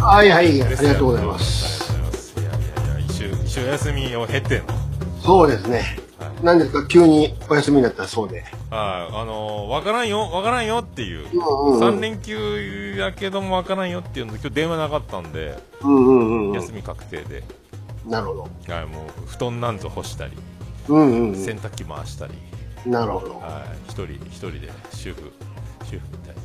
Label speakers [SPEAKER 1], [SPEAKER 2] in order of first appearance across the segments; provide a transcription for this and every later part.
[SPEAKER 1] はいはい、あり
[SPEAKER 2] ですよ
[SPEAKER 1] がとうございます。
[SPEAKER 2] ありがとうございますいやいやいや一週一週休みを経ての
[SPEAKER 1] そうですね。何ですか、急にお休みになったそう
[SPEAKER 2] は
[SPEAKER 1] で。
[SPEAKER 2] いあのわからんよわからんよっていう
[SPEAKER 1] うんうんうん
[SPEAKER 2] 3連休やけどもわからんよっていうので今日電話なかったんで
[SPEAKER 1] うんうんうん。
[SPEAKER 2] 休み確定で、
[SPEAKER 1] なるほど。
[SPEAKER 2] はい、もう布団なんぞ干したり
[SPEAKER 1] うんうん
[SPEAKER 2] 洗濯機回したり、
[SPEAKER 1] うん。なるほど。
[SPEAKER 2] はい、一人一人で主婦主婦みたいに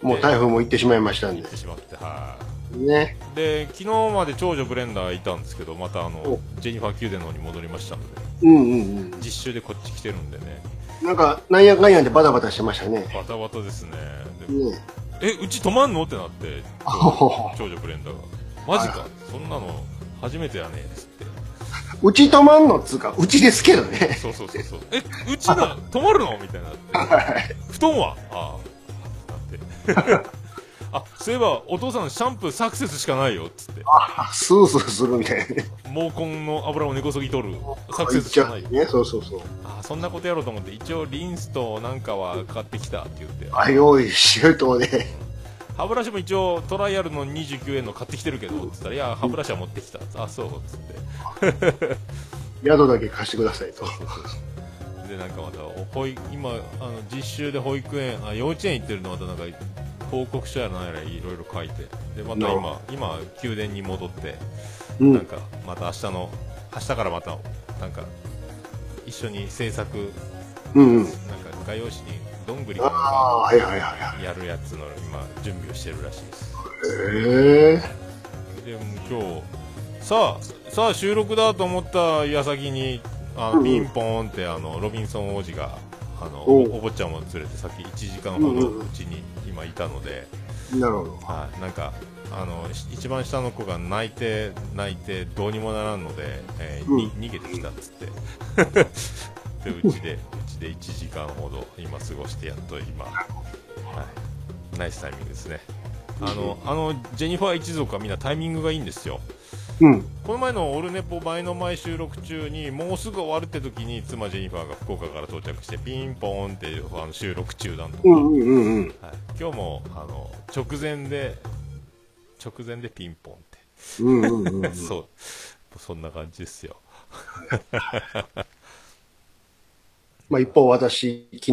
[SPEAKER 1] もう台風も行ってしまいましたん
[SPEAKER 2] や
[SPEAKER 1] で
[SPEAKER 2] って。しまってはい。
[SPEAKER 1] ね。
[SPEAKER 2] で昨日まで長女ブレンダーがいたんですけどまたあの
[SPEAKER 1] お
[SPEAKER 2] ジェニファー宮殿の方に戻りましたので
[SPEAKER 1] うんうんうん。
[SPEAKER 2] 実習でこっち来てるんでね
[SPEAKER 1] なんか、なんやかんやでバタバタしてましたね。
[SPEAKER 2] バタバタですねで
[SPEAKER 1] ね
[SPEAKER 2] えうち泊まんのってなって
[SPEAKER 1] あ ほほほ
[SPEAKER 2] 長女ブレンダーがマジ
[SPEAKER 1] はい
[SPEAKER 2] かそんなの初めてやねっつって
[SPEAKER 1] うち泊まんのっつうか、うちですけど ね。
[SPEAKER 2] そうそうそうそうえうちな泊まるのみたいになって布団はああなって あそういえばお父さんシャンプーサクセスしかないよっつって
[SPEAKER 1] あスースーするみたいなね。
[SPEAKER 2] 毛根の油を根こそぎ取るサクセ
[SPEAKER 1] いっ
[SPEAKER 2] スし
[SPEAKER 1] ち
[SPEAKER 2] か
[SPEAKER 1] ゃ
[SPEAKER 2] ないうよ
[SPEAKER 1] ね。そうそうそう。
[SPEAKER 2] あそんなことやろうと思って一応リンスとなんかは買ってきたって言って
[SPEAKER 1] あ、用意しようとね。
[SPEAKER 2] 歯ブラシも一応トライアルの29円の買ってきてるけどっつったら「いや歯ブラシは持ってきた」あそう」っつって
[SPEAKER 1] 宿だけ貸してくださいと。
[SPEAKER 2] でなんかまたお保育今あの実習で保育園あ幼稚園行ってるのまたなんか報告書やらなんやらいろいろ書いてでまた今今宮殿に戻って
[SPEAKER 1] うん
[SPEAKER 2] なんかまた明日の明日からまたなんか一緒に制作
[SPEAKER 1] うんうん。
[SPEAKER 2] なんか画用紙にどんぐり
[SPEAKER 1] あ
[SPEAKER 2] かなんか
[SPEAKER 1] あ、はいはいはいはい。
[SPEAKER 2] やるやつの今準備をしてるらしいです
[SPEAKER 1] へえ
[SPEAKER 2] でも今日さあさあ収録だと思った矢先にあ
[SPEAKER 1] うんうん
[SPEAKER 2] ピンポーンってあのロビンソン王子があの
[SPEAKER 1] お
[SPEAKER 2] お
[SPEAKER 1] う
[SPEAKER 2] 坊ちゃんも連れてさっき1時間ほどうちに今いたので、
[SPEAKER 1] なるほど。
[SPEAKER 2] はい、なんかあのし一番下の子が泣いて泣いてどうにもならんので、えーに
[SPEAKER 1] う
[SPEAKER 2] 逃げてきたっつって でうちでうちで1時間ほど今過ごしてやっと今、はい、ナイスタイミングですねあのあのジェニファー一族はみんなタイミングがいいんですよ
[SPEAKER 1] うん。
[SPEAKER 2] この前の「オルネポ」前の前収録中にもうすぐ終わるって時に妻ジェニファーが福岡から到着してピンポーンってあの収録中断とか、
[SPEAKER 1] うんうんうんうん。
[SPEAKER 2] はい、今日もあの直前で直前でピンポンって、
[SPEAKER 1] うんうんうん。
[SPEAKER 2] そうそんな感じですよ
[SPEAKER 1] まあ一方私、昨日、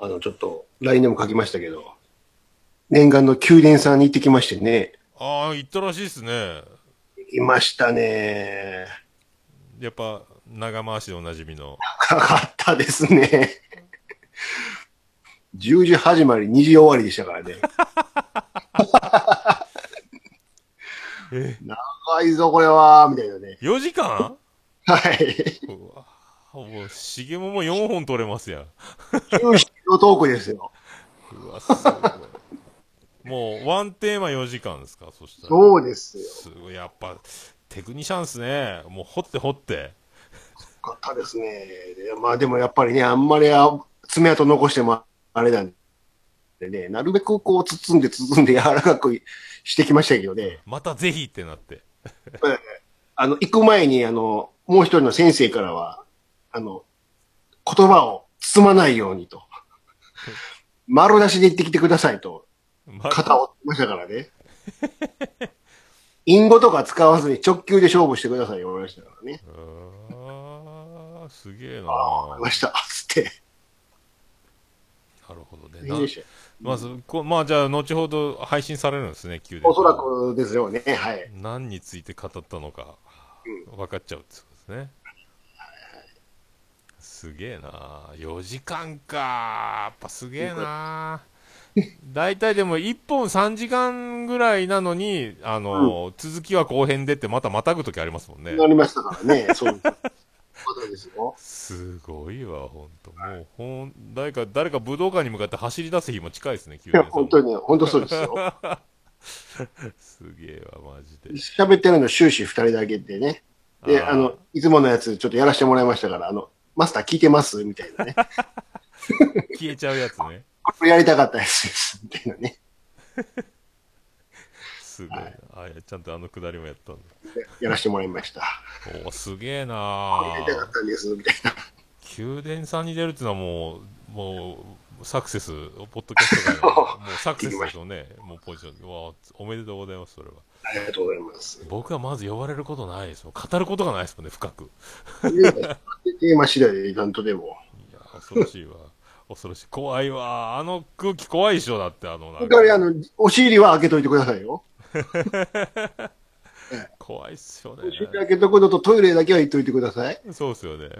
[SPEAKER 1] あの、ちょっと、LINE でも書きましたけど、念願の宮殿さんに行ってきましてね。
[SPEAKER 2] ああ行ったらしいですね
[SPEAKER 1] 行きましたね。
[SPEAKER 2] やっぱ長回しでおなじみの
[SPEAKER 1] かかったですね。10時始まり、2時終わりでしたからね。
[SPEAKER 2] え
[SPEAKER 1] 長いぞ、これは、みたいなね。
[SPEAKER 2] 4時間
[SPEAKER 1] はい。
[SPEAKER 2] うわもう重もも4本取れますやん
[SPEAKER 1] 終始のトークですよ。
[SPEAKER 2] うわすごいもうワンテーマ4時間ですかそしたら
[SPEAKER 1] そうですよ。
[SPEAKER 2] すごいやっぱテクニシャンっすねもう掘って掘って
[SPEAKER 1] かったですね。でまあでもやっぱりね、あんまりあ爪痕残してもあれなんでね、なるべくこう包んで包んで柔らかくしてきましたけどね、
[SPEAKER 2] またぜひってなって
[SPEAKER 1] あの、行く前にあの、もう一人の先生からは、あの、言葉を包まないようにと、丸出しで言ってきてくださいと、
[SPEAKER 2] ま
[SPEAKER 1] 肩を折ってましたからね。インゴとか使わずに直球で勝負してくださいよ、言われましたからね。
[SPEAKER 2] あーすげえな
[SPEAKER 1] ああ、わかりました、つって。
[SPEAKER 2] なるほどね。
[SPEAKER 1] いいでしょ
[SPEAKER 2] なまず、こまあじゃあ、後ほど配信されるんですね、宮殿。
[SPEAKER 1] おそら。くですよね、はい。
[SPEAKER 2] 何について語ったのか、分かっちゃうってことですね。すげえな4時間かやっぱすげえな大体でも1本3時間ぐらいなのに、あの続きは後編でってまたまたぐときありますもんね。
[SPEAKER 1] なりましたから ね、そういうことですよ。
[SPEAKER 2] すごいわ、ほんと。もう、ほん、誰か、誰か武道館に向かって走り出す日も近いですね、宮
[SPEAKER 1] い
[SPEAKER 2] 殿さん
[SPEAKER 1] や、
[SPEAKER 2] も
[SPEAKER 1] 本当に、本当そうですよ。
[SPEAKER 2] すげえわ、マジで。
[SPEAKER 1] 喋ってるの終始二人だけでね。で、
[SPEAKER 2] あー
[SPEAKER 1] あの、いつものやつちょっとやらせてもらいましたから、あの、マスター聞いてますみたいなね。
[SPEAKER 2] 消えちゃうやつね。
[SPEAKER 1] これやりたかったです。みたいなね。
[SPEAKER 2] すごい。あいやちゃんとあのくだりもやったん
[SPEAKER 1] でやらせてもらいました。
[SPEAKER 2] だ。おお、すげえな
[SPEAKER 1] やりたか
[SPEAKER 2] あ
[SPEAKER 1] ったんです、みたいな。
[SPEAKER 2] 宮殿さんに出るってのはもう、もう、サクセス、ポッドキャスト界 の、もうサクセスでしょうね、もうポジション。わあおめでとうございます、それは。
[SPEAKER 1] ありがとうございます。
[SPEAKER 2] 僕はまず呼ばれることないですもん。語ることがないですもんね、深く。
[SPEAKER 1] テーマ次第でイベントでも。
[SPEAKER 2] いや、恐ろしいわ。恐ろしい。怖いわ。あの空気怖いでしょ、だって、あの、なん
[SPEAKER 1] だ
[SPEAKER 2] か
[SPEAKER 1] から、あの、お尻は開けといてくださいよ。
[SPEAKER 2] 怖いっすよね
[SPEAKER 1] お。尻開けとくのとトイレだけは行っといてください。
[SPEAKER 2] そうっすよ ね。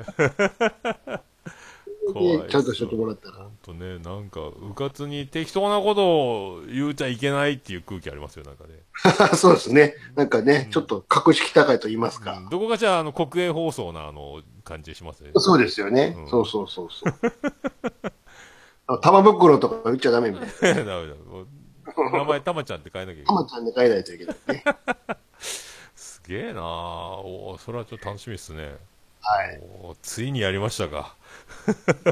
[SPEAKER 1] でちゃんとしとってもらったら。
[SPEAKER 2] ほんとね、なんか、うかつに適当なことを言うちゃいけないっていう空気ありますよ、なんかね。
[SPEAKER 1] そうですね。なんかね、
[SPEAKER 2] うん
[SPEAKER 1] ちょっと格式高いと言いますか。
[SPEAKER 2] どこかじゃあ、あの、国営放送な、あの、感じしますね。
[SPEAKER 1] そうですよね。
[SPEAKER 2] うん
[SPEAKER 1] そうそうそうそう。 あ玉袋とか言っちゃダメみたいな。
[SPEAKER 2] ダ メだめだ。もう名前、たまちゃんって変えなきゃいけない
[SPEAKER 1] 玉。ちゃんで書いないといけない ね。
[SPEAKER 2] すげえなあおーそれはちょっと楽しみですね。
[SPEAKER 1] はい。
[SPEAKER 2] おーついにやりましたか。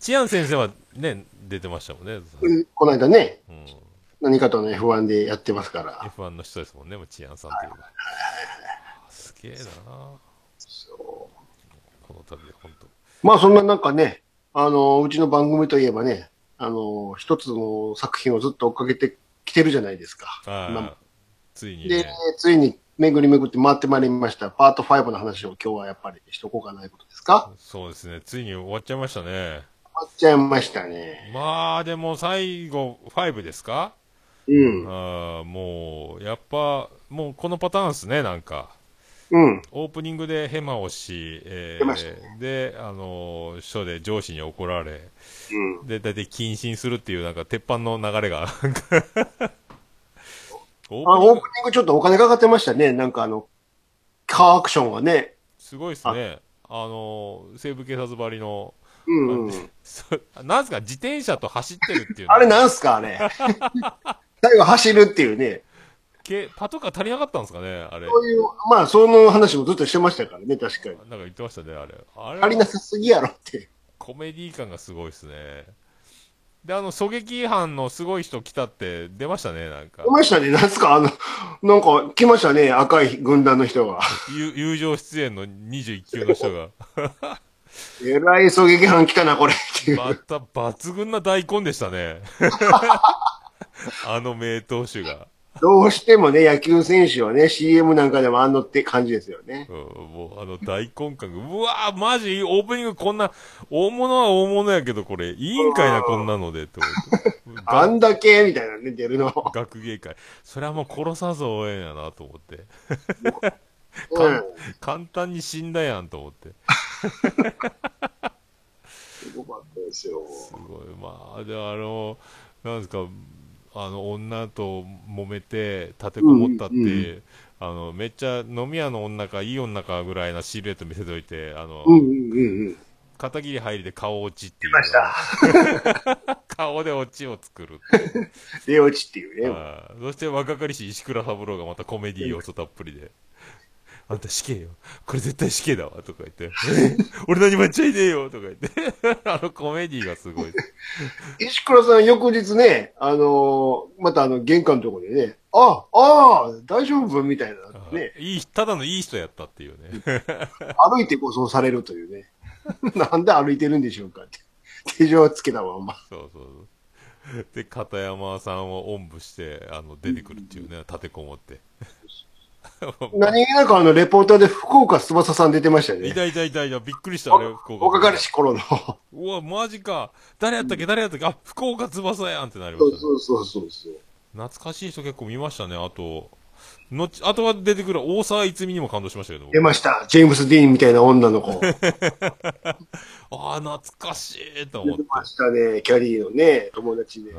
[SPEAKER 2] チアン先生はね、出てましたもんね。
[SPEAKER 1] うんこの間ね、
[SPEAKER 2] うん、
[SPEAKER 1] 何かとの F1 でやってますから。
[SPEAKER 2] F1 の人ですもんね、もうチアンさんっていうのは。すげえなあ
[SPEAKER 1] そう
[SPEAKER 2] この度は本当。
[SPEAKER 1] まあそんななんかね、あの、うちの番組といえばね、あの、一つの作品をずっと追っかけてきてるじゃないですか。
[SPEAKER 2] あ
[SPEAKER 1] ま
[SPEAKER 2] ーついに
[SPEAKER 1] で
[SPEAKER 2] ね。、
[SPEAKER 1] ついに巡り巡って回ってまいりました。パート5の話を今日はやっぱりしとこうかないことですか
[SPEAKER 2] そうですね、ついに終わっちゃいましたね。
[SPEAKER 1] 終わっちゃいましたね。
[SPEAKER 2] まあ、でも最後、5ですか、
[SPEAKER 1] うん。
[SPEAKER 2] あーもう、やっぱ、もうこのパターンですね、なんか。
[SPEAKER 1] うん。
[SPEAKER 2] オープニングでヘマをし、え
[SPEAKER 1] ヘマし
[SPEAKER 2] ー、で、あのー署で上司に怒られ、
[SPEAKER 1] うん。
[SPEAKER 2] で、大体謹慎するっていう、なんか、鉄板の流れ が、なんかオ
[SPEAKER 1] あ
[SPEAKER 2] ープ
[SPEAKER 1] オ
[SPEAKER 2] ニ
[SPEAKER 1] ー
[SPEAKER 2] ン
[SPEAKER 1] プニ
[SPEAKER 2] グ
[SPEAKER 1] ングちょっとお金かかってましたね。なんかあの、カーアクションはね。
[SPEAKER 2] すごいですね。あのー西部警察ばりの、
[SPEAKER 1] うん、うん。
[SPEAKER 2] そなんすか、自転車と走ってるっていうの
[SPEAKER 1] あれなんすかあ れ。最後走るっていうね。
[SPEAKER 2] けパトカー足りなかったんですかね、あれ。
[SPEAKER 1] そういう、まあ、その話もずっとしてましたからね、確かに。
[SPEAKER 2] なんか言ってましたね、あれ。あれ
[SPEAKER 1] 足りなさすぎやろって。
[SPEAKER 2] コメディ感がすごいですね。で、あの、狙撃犯のすごい人来たって出ましたね、なんか
[SPEAKER 1] い。ましたね。なんすかあの、なんか来ましたね。赤い軍団の人が。
[SPEAKER 2] 友友情出演の21級の人 が、
[SPEAKER 1] えらい狙撃犯来たな、これ。っていう。
[SPEAKER 2] また抜群な大根でしたね。 あの名投手が、
[SPEAKER 1] どうしてもね、野球選手はね、CM なんかでもあんのって感じですよね。
[SPEAKER 2] うんもうあの大根感が、うわー、マジ、オープニングこんな、大物は大物やけど、これ、いいんかいな、こんなので、って思って
[SPEAKER 1] あんだけみたいなね、出るの。
[SPEAKER 2] 学芸会、それはもう殺さず応援やなと思って、
[SPEAKER 1] うん。
[SPEAKER 2] 簡単に死んだやんと思って、
[SPEAKER 1] すごかったですよ。
[SPEAKER 2] すごい、まあ、で、あの、なんですか、あの、女と揉めて、立てこもったって、
[SPEAKER 1] うんうん
[SPEAKER 2] あの、めっちゃ飲み屋の女か、いい女かぐらいなシルエット見せといて、あの、
[SPEAKER 1] うんうんうんうん。
[SPEAKER 2] 片桐入りで顔落ちっていう
[SPEAKER 1] まし
[SPEAKER 2] のが、
[SPEAKER 1] た。
[SPEAKER 2] 顔で落ちを作る。
[SPEAKER 1] 出落ちっていうね。
[SPEAKER 2] あーそして若かりし石倉三郎がまたコメディ要素たっぷりで。あんた死刑よ。これ絶対死刑だわ。とか言 って。俺何もやっちゃいねえよ。とか言って。 あのコメディがすごい。
[SPEAKER 1] 石倉さん、翌日ね、あのーまたあの、玄関のところでね、あ、ああ、大丈夫みたいなね、
[SPEAKER 2] いい、ただのいい人やったっていうね。
[SPEAKER 1] 歩いて護送されるというね。 なんで歩いてるんでしょうかって。手錠をつけたまんま。
[SPEAKER 2] そうそうそう。 で、片山さんをおんぶして、あの、出てくるっていうね、立てこもって。
[SPEAKER 1] 何気なくあの、レポーターで福岡翼さん出てました
[SPEAKER 2] い
[SPEAKER 1] ね。
[SPEAKER 2] たいたいたいた、びっくりした、あれ、福岡。
[SPEAKER 1] おかかりし頃の。
[SPEAKER 2] うわ、マジか。誰やったっけ、誰やったっけ、あ、福岡翼やんってなりまし
[SPEAKER 1] そう
[SPEAKER 2] たね。
[SPEAKER 1] そうそうそうそう。
[SPEAKER 2] 懐かしい人結構見ましたね、あと。のち、あとは出てくる大沢逸美にも感動しましたけど。
[SPEAKER 1] 出ました。ジェームス・ディーンみたいな女の子。出
[SPEAKER 2] ああ、懐かしいと思って
[SPEAKER 1] て。ましたね。キャリーのね、友達で。
[SPEAKER 2] ああ、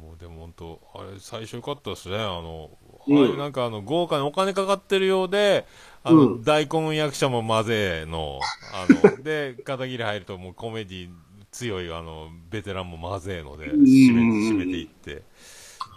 [SPEAKER 2] もうでも本当、あれ、最初良かったですね。あの、
[SPEAKER 1] うん
[SPEAKER 2] ああいうなんかあの、豪華にお金かかってるようで、あの、
[SPEAKER 1] うん
[SPEAKER 2] 大根役者も混ぜの、あ の、で、片桐入るともうコメディ強い、あの、ベテランも混ぜので、締め、締めていって。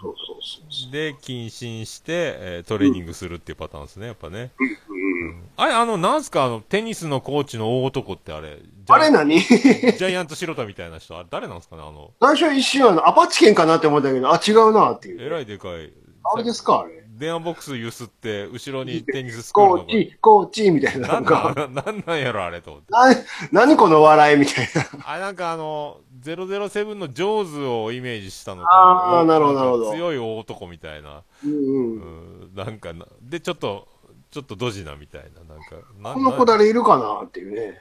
[SPEAKER 1] そうそうそうそ
[SPEAKER 2] で、謹慎して、えートレーニングするっていうパターンですね、やっぱね。
[SPEAKER 1] う。うん。
[SPEAKER 2] あれ、あの、なんすか、あの、テニスのコーチの大男ってあれ、ジャ
[SPEAKER 1] あれ何
[SPEAKER 2] ジャイアント白田みたいな人、あれ誰なんですかね、あの、
[SPEAKER 1] 最初一瞬あの、アパッチ県かなって思ったけど、あ、違うなっていう。
[SPEAKER 2] えらいでかい。
[SPEAKER 1] あれですかあれ。
[SPEAKER 2] 電話ボックス揺すって、後ろにテニススクール
[SPEAKER 1] コ
[SPEAKER 2] の
[SPEAKER 1] ーチ、コーチみたい
[SPEAKER 2] な
[SPEAKER 1] な。なんん
[SPEAKER 2] な
[SPEAKER 1] か、
[SPEAKER 2] んなんなんやろ、あれと思って。
[SPEAKER 1] な何この笑いみたいな。
[SPEAKER 2] あ、なんかあの、007のジョーズをイメージしたの
[SPEAKER 1] あー
[SPEAKER 2] お
[SPEAKER 1] なるほどなるほど
[SPEAKER 2] 強い大男みたいな。
[SPEAKER 1] うん
[SPEAKER 2] う
[SPEAKER 1] うん。
[SPEAKER 2] ん、なんかな、で、ちょっと、ちょっとドジなみたいな。なんか、な
[SPEAKER 1] この子誰いるかなっていうね。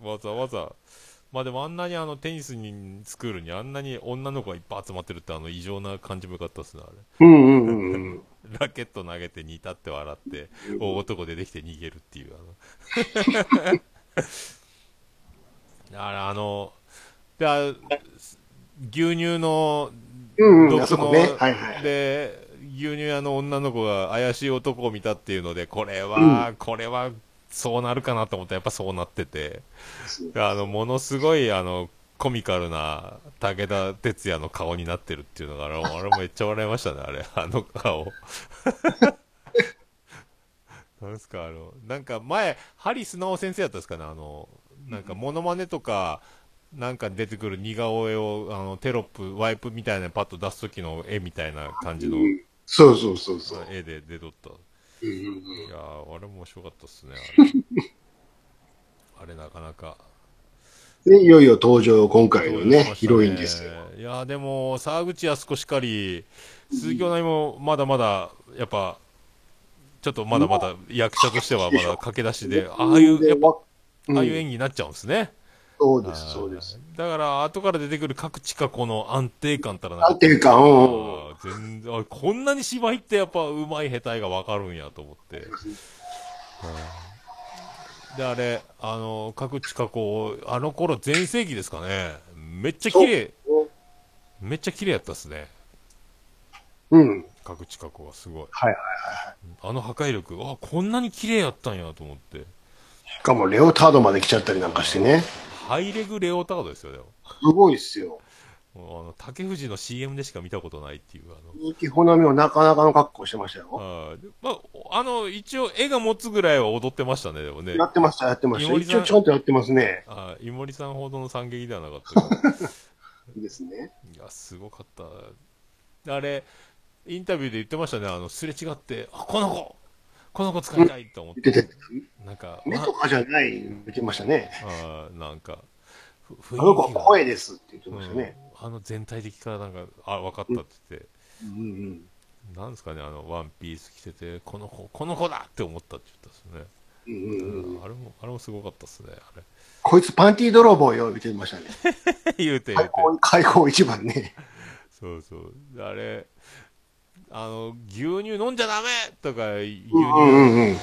[SPEAKER 2] うん、わざわざ、まあでもあんなにあのテニスにスクールにあんなに女の子がいっぱい集まってるってあの異常な感じもよかったですね、あ
[SPEAKER 1] うんうんうんうん。
[SPEAKER 2] れ。ラケット投げて煮立って笑って、大男でできて逃げるっていう。 あのあれ、あの、であ牛乳の
[SPEAKER 1] うんうん、あ
[SPEAKER 2] 毒
[SPEAKER 1] そこ
[SPEAKER 2] の、
[SPEAKER 1] ね。はいはい。
[SPEAKER 2] で、牛乳屋の女の子が怪しい男を見たっていうので、これは、これは、そうなるかなと思ったら、やっぱそうなってて、あの、ものすごい、あの、コミカルな武田鉄矢の顔になってるっていうのが、あ れ、あれめっちゃ笑いましたね、あれ、あの顔。 なんですか、あの、なんか前、ハリスナオ先生やったんですかね、あの、なんかモノマネとか、なんか出てくる似顔絵を、あの、テロップ、ワイプみたいなのパッと出す時の絵みたいな感じの
[SPEAKER 1] うんそうそうそうそう。
[SPEAKER 2] 絵で出とった。
[SPEAKER 1] うんうんうん
[SPEAKER 2] いやー、あれも面白かったっすね、あれ。あれ なかなか。
[SPEAKER 1] で、いよいよ登場、今回のね、ヒロインですよ。
[SPEAKER 2] いやー、でも、沢口靖子しかり、鈴木奈美もまだまだ、やっぱ、ちょっとまだまだ役者としてはまだ駆け出しで、ああいう、やっぱ、
[SPEAKER 1] ぱ、
[SPEAKER 2] ああいう演技
[SPEAKER 1] 技。
[SPEAKER 2] になっちゃうんですね。
[SPEAKER 1] そうです、そうです。
[SPEAKER 2] あー。だから、後から出てくる各地下この安定感たらなん
[SPEAKER 1] な
[SPEAKER 2] か
[SPEAKER 1] んていうか、うんうん。
[SPEAKER 2] あー全然あこんなに芝居ってやっぱうまい下手いが分かるんやと思って、はいであれあの各地下こうあの頃全盛期ですかねめっちゃ綺麗めっちゃ綺麗やったっすね
[SPEAKER 1] うん。
[SPEAKER 2] 各地下こはすごい
[SPEAKER 1] はいはい
[SPEAKER 2] あの破壊力あこんなに綺麗やったんやと思って
[SPEAKER 1] しかも、レオタードまで来ちゃったりなんかしてね。
[SPEAKER 2] ハイレグレオタードですよでも
[SPEAKER 1] すごいっすよ。
[SPEAKER 2] もうあの竹藤の CM でしか見たことないっていうあの
[SPEAKER 1] 鈴木穂波もなかなかの格好してましたよ。
[SPEAKER 2] あーまあ、あの一応絵が持つぐらいは踊ってましたねでもね
[SPEAKER 1] やってました、やってまし
[SPEAKER 2] 井
[SPEAKER 1] た。
[SPEAKER 2] 森さん
[SPEAKER 1] 一応ちゃんとやってますね。
[SPEAKER 2] あ井森さんほどの惨劇ではなかったけど
[SPEAKER 1] いいですね。
[SPEAKER 2] いやすごかったあれインタビューで言ってましたねあのすれ違ってあこの子この子使いたいと思っ
[SPEAKER 1] 出て
[SPEAKER 2] て、なんか、
[SPEAKER 1] 目
[SPEAKER 2] わ
[SPEAKER 1] とかじゃない、言ってましたね。
[SPEAKER 2] あーなんかふ雰
[SPEAKER 1] あの子
[SPEAKER 2] 囲
[SPEAKER 1] は
[SPEAKER 2] 気が
[SPEAKER 1] 声ですって言ってましたね。
[SPEAKER 2] うんあの全体的からなんかあ分かったって言って、
[SPEAKER 1] うんうん
[SPEAKER 2] なんですかねあのワンピース着ててこの子この子だって思ったって言ったんですね、
[SPEAKER 1] うんうんうんうん。
[SPEAKER 2] あれもあれもすごかったですねあ れ
[SPEAKER 1] こいつパンティー泥棒よ、言ってましたね。
[SPEAKER 2] 言うて言う
[SPEAKER 1] 開
[SPEAKER 2] て
[SPEAKER 1] 口、開口一番ね。
[SPEAKER 2] そうそう。あれ、あの、牛乳飲んじゃダメとか、牛乳、
[SPEAKER 1] うんうんうん。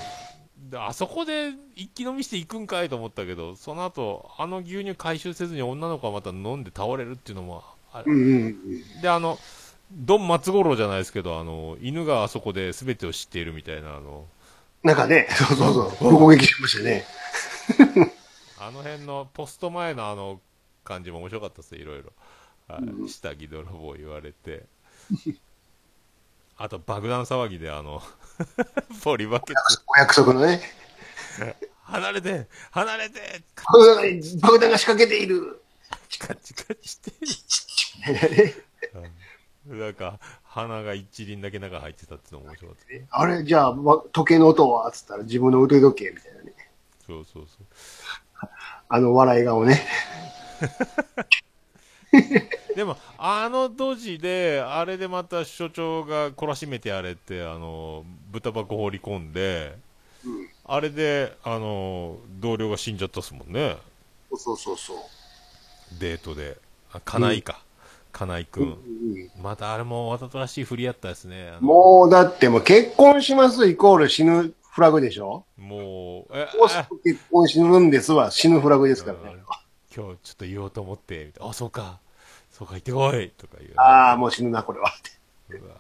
[SPEAKER 2] であそこで一気飲みしていくんかいと思ったけど、その後、あの牛乳回収せずに女の子はまた飲んで倒れるっていうのも、あ
[SPEAKER 1] う
[SPEAKER 2] れ
[SPEAKER 1] んうんうん。
[SPEAKER 2] で、あの、ドン松五郎じゃないですけど、あの、犬があそこで全てを知っているみたいな、あの、
[SPEAKER 1] なんかね、そうそうそう、攻撃しましたね。
[SPEAKER 2] あの辺のポスト前のあの感じも面白かったですね、いろいろ。はい下着泥棒言われて。あと爆弾騒ぎであの、 ポリバケツ
[SPEAKER 1] お約束のね。
[SPEAKER 2] 離れて離れて
[SPEAKER 1] 爆弾が爆弾が仕掛けている。
[SPEAKER 2] カチカチしてるなんか鼻が一輪だけ中入ってたってのも面白かったね
[SPEAKER 1] あれ、じゃあ、わ時計の音はつったら自分の腕時計みたいなね。
[SPEAKER 2] そうそうそう
[SPEAKER 1] あの笑い顔ね。
[SPEAKER 2] でもあのドジであれでまた所長が懲らしめてやれってあの豚箱放り込んで、あれであの同僚が死んじゃったっすもんね
[SPEAKER 1] そうそうそう。
[SPEAKER 2] デートであ金井か、金井くん
[SPEAKER 1] うん
[SPEAKER 2] またあれもわざとらしい振りやったですねあの
[SPEAKER 1] もう、だってもう結婚しますイコール死ぬフラグでしょ
[SPEAKER 2] もうえ
[SPEAKER 1] もし結婚死ぬんですは死ぬフラグですからね。
[SPEAKER 2] 今日ちょっと言おうと思って、みたいなあ、そうか、そうか、行ってこいとか言う。
[SPEAKER 1] ああ、もう死ぬな、これはって。
[SPEAKER 2] うわ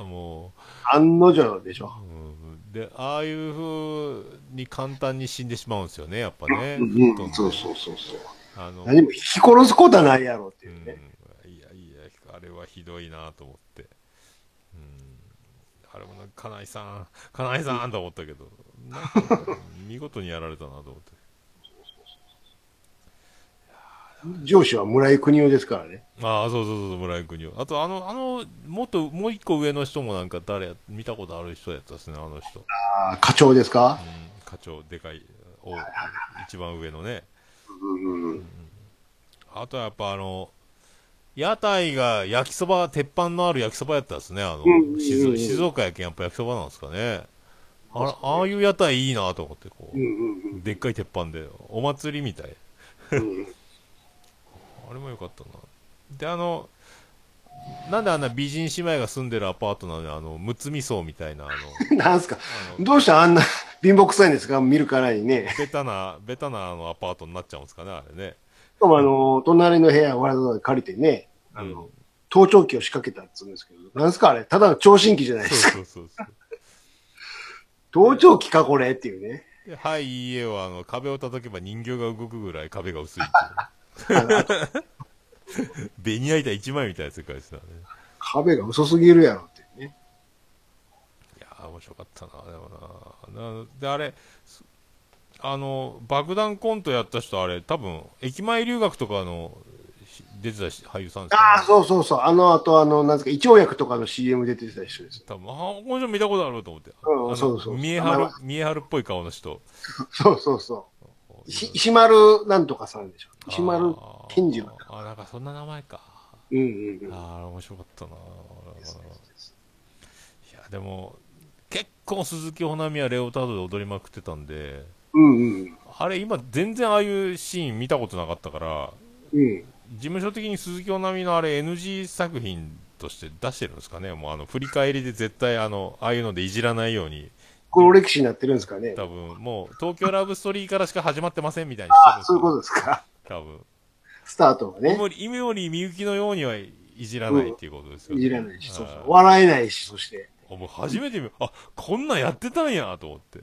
[SPEAKER 2] ーも
[SPEAKER 1] 案の定でしょ
[SPEAKER 2] う、。うん、で、ああいう風に簡単に死んでしまうんですよね、やっぱね。
[SPEAKER 1] うん
[SPEAKER 2] 吹っ飛
[SPEAKER 1] うんん、
[SPEAKER 2] で
[SPEAKER 1] そうそうそうそう。
[SPEAKER 2] あの、
[SPEAKER 1] 何も引き殺すことはないやろっていうね。
[SPEAKER 2] うん、いやいや、あれはひどいなと思って。うんあれもなんか、金井さん、金井さんと思ったけど、なんか見事にやられたなと思って。いや
[SPEAKER 1] 上司は村井邦夫ですからね。
[SPEAKER 2] ああ、そうそうそう、村井君に。あと、あの、あの、もっと、もう一個上の人もなんか誰や、見たことある人やったですね、あの人。
[SPEAKER 1] あー課長ですか
[SPEAKER 2] うん、課長、でかい、お一番上のね。
[SPEAKER 1] うん。
[SPEAKER 2] あとはやっぱあの、屋台が焼きそば、鉄板のある焼きそばやったですね、あの、
[SPEAKER 1] うんうんうん
[SPEAKER 2] 静静岡やけんやっぱ焼きそばなんですかね。あらああいう屋台いいなと思って、こ
[SPEAKER 1] うんうん
[SPEAKER 2] う、でっかい鉄板で、お祭りみたい。
[SPEAKER 1] うん。
[SPEAKER 2] あれも良かったな。で、あの、なんであんな美人姉妹が住んでるアパートなのに、あの、むつみ荘みたいな、あ の、
[SPEAKER 1] なんすか
[SPEAKER 2] あの
[SPEAKER 1] どうしてあんな貧乏くさいんですか見るからにね。
[SPEAKER 2] ベタな、ベタなあのアパートになっちゃうんですかね、あれね。
[SPEAKER 1] しかもあの、隣の部屋わざわざ借りてね、あの、盗聴器を仕掛けたって言うんですけど、なんすかあれただの聴診器じ ゃないですか。
[SPEAKER 2] そうそうそうそう。
[SPEAKER 1] 盗聴器かこれっていうね。
[SPEAKER 2] ではい、いいえは、あの、壁を叩けば人形が動くぐらい壁が薄いっていう。ベニヤ板一枚みたいな世界ですよね。
[SPEAKER 1] 壁が嘘すぎるやろっていうね。
[SPEAKER 2] いやー、面白かったな、でもな。なで、あれ、すあの、爆弾コントやった人、あれ、多分、駅前留学とかの、し出てたし俳優さんです
[SPEAKER 1] ああ、
[SPEAKER 2] う。
[SPEAKER 1] そうそうそう。あの後、あの、なんですか、胃腸薬とかの CM 出てた人です。
[SPEAKER 2] 多分、ああ、この人見たことあると思って。
[SPEAKER 1] うん
[SPEAKER 2] あの
[SPEAKER 1] そうそう
[SPEAKER 2] 見え
[SPEAKER 1] 名
[SPEAKER 2] は
[SPEAKER 1] 前
[SPEAKER 2] る
[SPEAKER 1] は、
[SPEAKER 2] 見えはるっぽい顔の人。
[SPEAKER 1] そうそうそう。し石丸なんとかさんでしょ。石丸健二郎。
[SPEAKER 2] あーあー、なんかそんな名前か。
[SPEAKER 1] うんうんうん。
[SPEAKER 2] ああ、面白かったな。いや、でも、結構鈴木保奈美はレオタードで踊りまくってたんで、
[SPEAKER 1] うんうん
[SPEAKER 2] あれ、今、全然ああいうシーン見たことなかったから、
[SPEAKER 1] うん。
[SPEAKER 2] 事務所的に鈴木保奈美のあれ NG 作品として出してるんですかね、もうあの振り返りで絶対あの、ああいうのでいじらないように、
[SPEAKER 1] 黒歴史になってるんですかね。
[SPEAKER 2] 多分もう東京ラブストーリーからしか始まってませんみたいに
[SPEAKER 1] ああ、
[SPEAKER 2] して
[SPEAKER 1] そうい
[SPEAKER 2] る
[SPEAKER 1] うん
[SPEAKER 2] で
[SPEAKER 1] ことですか。
[SPEAKER 2] すよ、多分
[SPEAKER 1] スタートが
[SPEAKER 2] 井
[SPEAKER 1] ね。
[SPEAKER 2] 森井森美幸のようにはいじらないっていうことですよ
[SPEAKER 1] い
[SPEAKER 2] ね。
[SPEAKER 1] じらないし、そうそ
[SPEAKER 2] は
[SPEAKER 1] う。笑えないし、そして。
[SPEAKER 2] あもう初めて見あこんなんやってたんやと思って。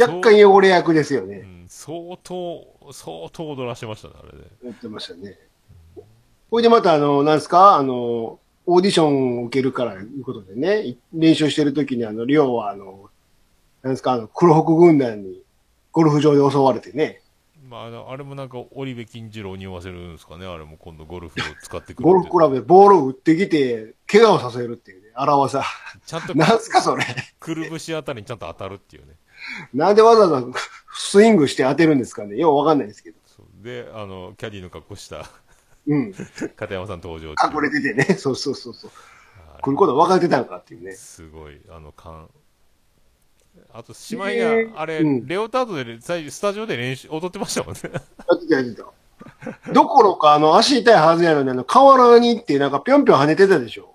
[SPEAKER 1] 若干汚れ役ですよ
[SPEAKER 2] そう、う
[SPEAKER 1] ね。
[SPEAKER 2] ん、相当、相当踊らしてましたね、あれで。
[SPEAKER 1] やってましたね。ほいでまた、あの、なんですか、あの、オーディションを受けるからいうことでね、い練習してる時に、あの、リオは、あの、なんですか、あの、黒北軍団にゴルフ場で襲われてね、
[SPEAKER 2] まああの、あれもなんか、織部金次郎に言わせるんですかね、あれも今度ゴルフを使ってくる
[SPEAKER 1] ゴルフクラ
[SPEAKER 2] ブ
[SPEAKER 1] ブでボールを打ってきて、怪我をさせるっていうね、荒技。
[SPEAKER 2] ちゃんと
[SPEAKER 1] なんすか、それ。
[SPEAKER 2] くるぶしあたりにちゃんと当たるっていうね。
[SPEAKER 1] なんでわざわざスイングして当てるんですかね。ようわかんないですけど。
[SPEAKER 2] そうで、あの、キャディの格好した
[SPEAKER 1] うん。
[SPEAKER 2] 片山さん登場っていう
[SPEAKER 1] 隠れててね。そうそうそうそう。
[SPEAKER 2] あれ
[SPEAKER 1] 来ることは分かってたのかっていうね。
[SPEAKER 2] すごい、あの、勘。あと、しまいには、あれ、
[SPEAKER 1] うん
[SPEAKER 2] レオタードで、最初スタジオで練習、踊ってましたもんね。
[SPEAKER 1] やってたやってた。どころか、あの、足痛いはずやのに、あの、河原に行って、なんかぴょんぴょん跳ねてたでしょ。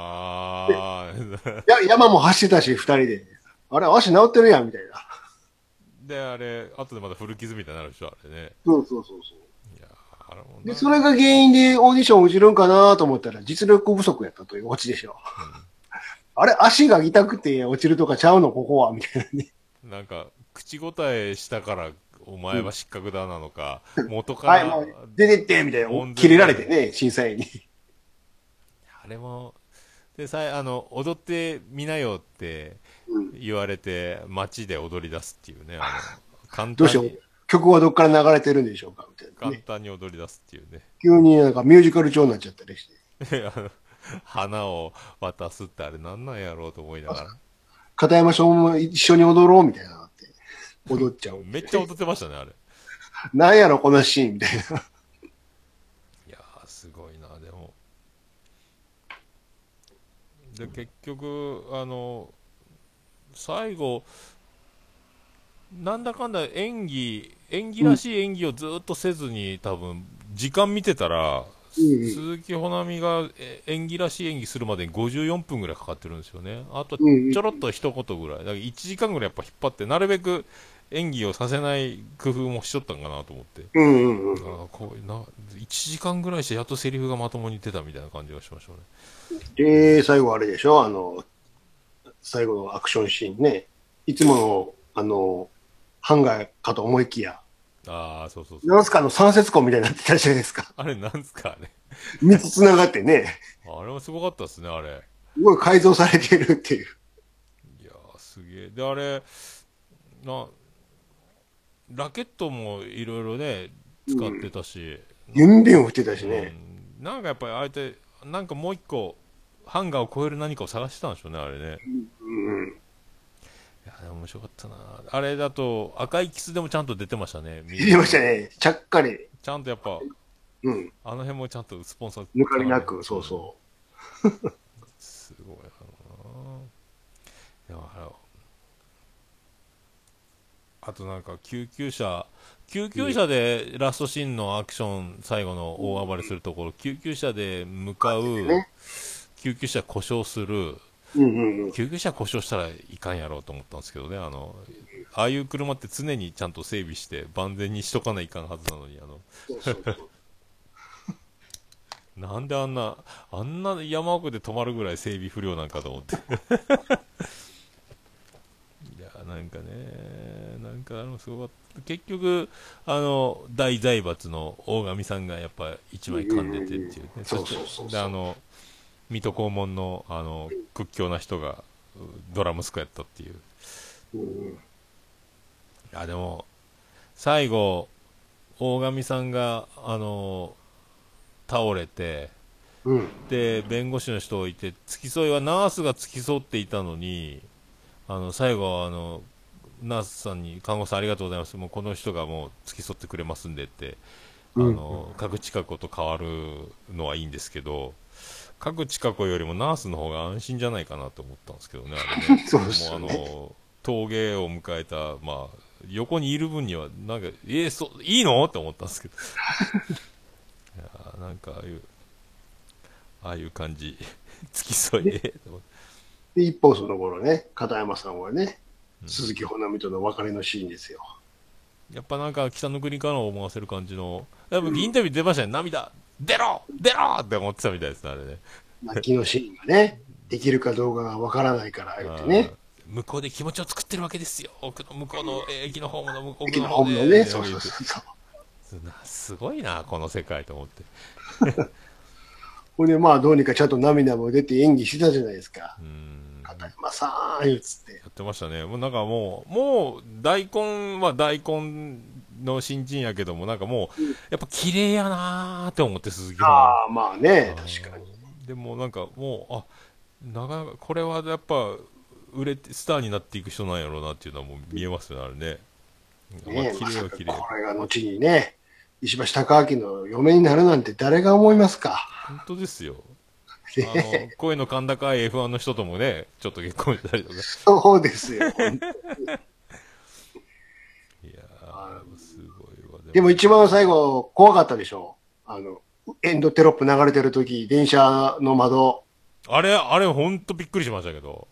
[SPEAKER 2] ああ。
[SPEAKER 1] や山も走ってたし、二人で。あれ、足治ってるやん、みたいな。
[SPEAKER 2] で、あれ、後でまた古傷みたいになるでしょ、あれね。
[SPEAKER 1] そうそうそうそ
[SPEAKER 2] いやーあれも
[SPEAKER 1] う。
[SPEAKER 2] な
[SPEAKER 1] で、それが原因でオーディション落ちるんかなと思ったら、実力不足やったというオチでしょ。あれ、足が痛くて落ちるとかちゃうの、ここは、みたいなね。
[SPEAKER 2] なんか、口答えしたから、お前は失格だなのか、元か
[SPEAKER 1] は
[SPEAKER 2] ら、
[SPEAKER 1] い、もう、出てって、みたい
[SPEAKER 2] ほん
[SPEAKER 1] な。
[SPEAKER 2] で
[SPEAKER 1] 切れられてね、審査員に。
[SPEAKER 2] あれも、で、さいあの、踊ってみなよって
[SPEAKER 1] うん
[SPEAKER 2] 言われて、街で踊り出すっていうね、あの、簡
[SPEAKER 1] ど
[SPEAKER 2] 単
[SPEAKER 1] うしよ
[SPEAKER 2] に
[SPEAKER 1] う、。曲はどっから流れてるんでしょうか、みたいな
[SPEAKER 2] 簡
[SPEAKER 1] ね。
[SPEAKER 2] 単に踊り出すっていうね。
[SPEAKER 1] 急になんかミュージカル調になっちゃったりして。
[SPEAKER 2] で あの花を渡すってあれなんなんやろうと思いながら。
[SPEAKER 1] 片山翔も一緒に踊ろうみたいなのって、踊っちゃう。
[SPEAKER 2] めっちゃ踊ってましたね、あれ。
[SPEAKER 1] なんやろ、このシーンみたい
[SPEAKER 2] い
[SPEAKER 1] な。
[SPEAKER 2] やー、すごいな、でも。で、結局、あの、最後、なんだかんだ演技、演技らしい演技をずっとせずに、多分、時間見てたら、
[SPEAKER 1] うんうん
[SPEAKER 2] 鈴木保奈美がえ演技らしい演技するまでに54分ぐらいかかってるんですよね。あと、ち
[SPEAKER 1] うんうん
[SPEAKER 2] ょろっと一言ぐらい。だから1時間ぐらいやっぱ引っ張って、なるべく演技をさせない工夫もしとったんかなと思って。
[SPEAKER 1] うんうんうん。
[SPEAKER 2] ああこうな1時間ぐらいしてやっとセリフがまともに出たみたいな感じがしましたね
[SPEAKER 1] で、最後あれでしょあの、最後のアクションシーンね。いつもの、あの、ハンガーかと思いきや、
[SPEAKER 2] ああそうそうそう
[SPEAKER 1] なんすかあの、三節痕みたいになってたじゃないで すか。
[SPEAKER 2] あれなんすかあれ
[SPEAKER 1] 三つ繋がってね、
[SPEAKER 2] あれもすごかったですねあれ
[SPEAKER 1] すごい改造されてるっていう。
[SPEAKER 2] いやーすげえであれなラケットもいろいろね使ってたし、
[SPEAKER 1] ビュンビュン降ってたしね。
[SPEAKER 2] うんなんかやっぱりあえてなんかもう一個ハンガーを超える何かを探してたんでしょうねあれね
[SPEAKER 1] うん。
[SPEAKER 2] いやでも面白かったなあれだと赤いキスでもちゃんと出てましたね
[SPEAKER 1] 出てましたね。ちゃっかり。
[SPEAKER 2] ちゃんとやっぱ
[SPEAKER 1] うん。
[SPEAKER 2] あの辺もちゃんとスポンサー
[SPEAKER 1] 抜かりなく、そうそう
[SPEAKER 2] すごいなぁいやあのあとなんか救急車救急車でラストシーンのアクション最後の大暴れするところ救急車で向かう
[SPEAKER 1] ね
[SPEAKER 2] 救急車故障する
[SPEAKER 1] う。うんうんうん。
[SPEAKER 2] 救急車故障したらいかんやろうと思ったんですけどねあのああいう車って常にちゃんと整備して万全にしとかないかんはずなのにあの
[SPEAKER 1] そうそうそう。
[SPEAKER 2] なんであんなあんな山奥で止まるぐらい整備不良なんかと思って いやなんかねなんかあのすごかった結局あの大財閥の大神さんがやっぱ一枚噛んでてっていうね
[SPEAKER 1] うんそうそうそうそう
[SPEAKER 2] であの水戸黄門のあの屈強な人がうドラ息子やったっていう
[SPEAKER 1] うん
[SPEAKER 2] いやでも最後大神さんがあの倒れて
[SPEAKER 1] うん。うん。
[SPEAKER 2] で弁護士の人をいて付き添いはナースが付き添っていたのにあの最後はあのナースさんに看護師さんありがとうございますもうこの人がもう付き添ってくれますんでってあ
[SPEAKER 1] うん
[SPEAKER 2] の各近くと変わるのはいいんですけど各近くよりもナースの方が安心じゃないかなと思ったんですけどねあれ ね
[SPEAKER 1] そうですよね
[SPEAKER 2] もうあの峠を迎えたまあ横にいる分にはなんかえーそういいのって思ったんです けどいやーなんかああいうああいう感じ 付き添いで
[SPEAKER 1] で、一方その頃ね、片山さんはね、
[SPEAKER 2] うん
[SPEAKER 1] 鈴木保奈美との別れのシーンで すよ。
[SPEAKER 2] やっぱなんか北の国から思わせる感じのやっぱインタビュー出ましたね涙出ろ出ろって思ってたみたいですねあれね
[SPEAKER 1] 泣きのシーンがね、できるかどうかがわからないから、言ってね。
[SPEAKER 2] うん向こうで気持ちを作ってるわけですよ奥の向こうのえー駅のホームの向こう
[SPEAKER 1] 駅
[SPEAKER 2] 奥
[SPEAKER 1] の
[SPEAKER 2] の
[SPEAKER 1] ホ
[SPEAKER 2] ホー
[SPEAKER 1] ーム
[SPEAKER 2] ム
[SPEAKER 1] の
[SPEAKER 2] で
[SPEAKER 1] ね、そうそうそうそう。
[SPEAKER 2] すごいなこの世界と思って
[SPEAKER 1] ほんで、まあ、どうにかちゃんと涙も出て演技してたじゃないですか。
[SPEAKER 2] うん
[SPEAKER 1] 片山さん、言うつって。
[SPEAKER 2] やってましたね。もうなんかもう、もう、大根は大根の新人やけども、なんかもう、やっぱ綺麗やなーって思って、鈴木
[SPEAKER 1] ああ、まあね、
[SPEAKER 2] あー
[SPEAKER 1] 確かに。
[SPEAKER 2] でもなんかもう、あ、なかなか、これはやっぱ、売れて、スターになっていく人なんやろうなっていうのはもう見えますよね、あれね。まあ
[SPEAKER 1] ねえ、
[SPEAKER 2] 綺麗は綺麗
[SPEAKER 1] まさ。かこれが後にね、石橋貴明の嫁になるなんて誰が思いますか。
[SPEAKER 2] 本当ですよ。あ
[SPEAKER 1] ね
[SPEAKER 2] の、声の甲高い F1 の人ともね、ちょっと結婚したりとか。
[SPEAKER 1] そうですよ。本当に
[SPEAKER 2] いやー、すごいわ。
[SPEAKER 1] でも一番最後、怖かったでしょ。あの、エンドテロップ流れてる時、電車の窓、
[SPEAKER 2] あれ、あれ、ほんとびっくりしましたけど。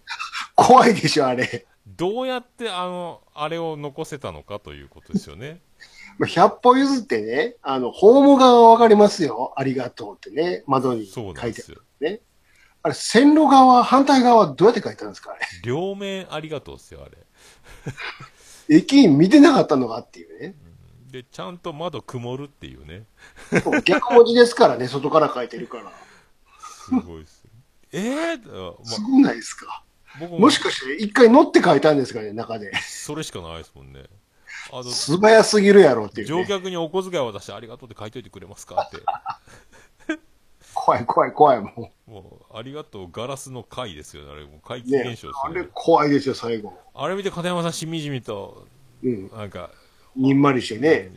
[SPEAKER 1] 怖いでしょ、あれ。
[SPEAKER 2] どうやってあの、あれを残せたのかということですよ ね。
[SPEAKER 1] まあ、100歩譲ってね、あの、ホーム側はわかりますよ。ありがとうってね、窓に書
[SPEAKER 2] そう
[SPEAKER 1] いて
[SPEAKER 2] な
[SPEAKER 1] あ
[SPEAKER 2] んで
[SPEAKER 1] る
[SPEAKER 2] すよ。
[SPEAKER 1] ね。あれ、線路側、反対側はどうやって書いてあるんですか、 あれ。
[SPEAKER 2] 両面ありがとうですよ、あれ。
[SPEAKER 1] 駅員見てなかったのかっていうね。
[SPEAKER 2] で、ちゃんと窓曇るっていうね。
[SPEAKER 1] そう逆文字ですから ね、外から書いてるから。
[SPEAKER 2] すごいですよ。 えー、
[SPEAKER 1] す
[SPEAKER 2] ま
[SPEAKER 1] ごくないですか。
[SPEAKER 2] 僕も
[SPEAKER 1] もしかして、一回乗って書いたんですかね、中で。
[SPEAKER 2] それしかないですもんね。あの、
[SPEAKER 1] 素早すぎるやろっていう、
[SPEAKER 2] 乗
[SPEAKER 1] ね。
[SPEAKER 2] 客にお小遣いを渡してありがとうって書いといてくれます かって。
[SPEAKER 1] 怖い怖い怖い、も
[SPEAKER 2] もう、ありがとうガラスの貝ですよね。あれ、もう怪
[SPEAKER 1] う。
[SPEAKER 2] 奇
[SPEAKER 1] ね
[SPEAKER 2] 現象ですよ、ね。
[SPEAKER 1] あ
[SPEAKER 2] あ
[SPEAKER 1] れ
[SPEAKER 2] れ
[SPEAKER 1] 怖いですよ、最後。
[SPEAKER 2] 見て片山さんしみじみと、
[SPEAKER 1] うん。
[SPEAKER 2] なんか、
[SPEAKER 1] にんまりしてね。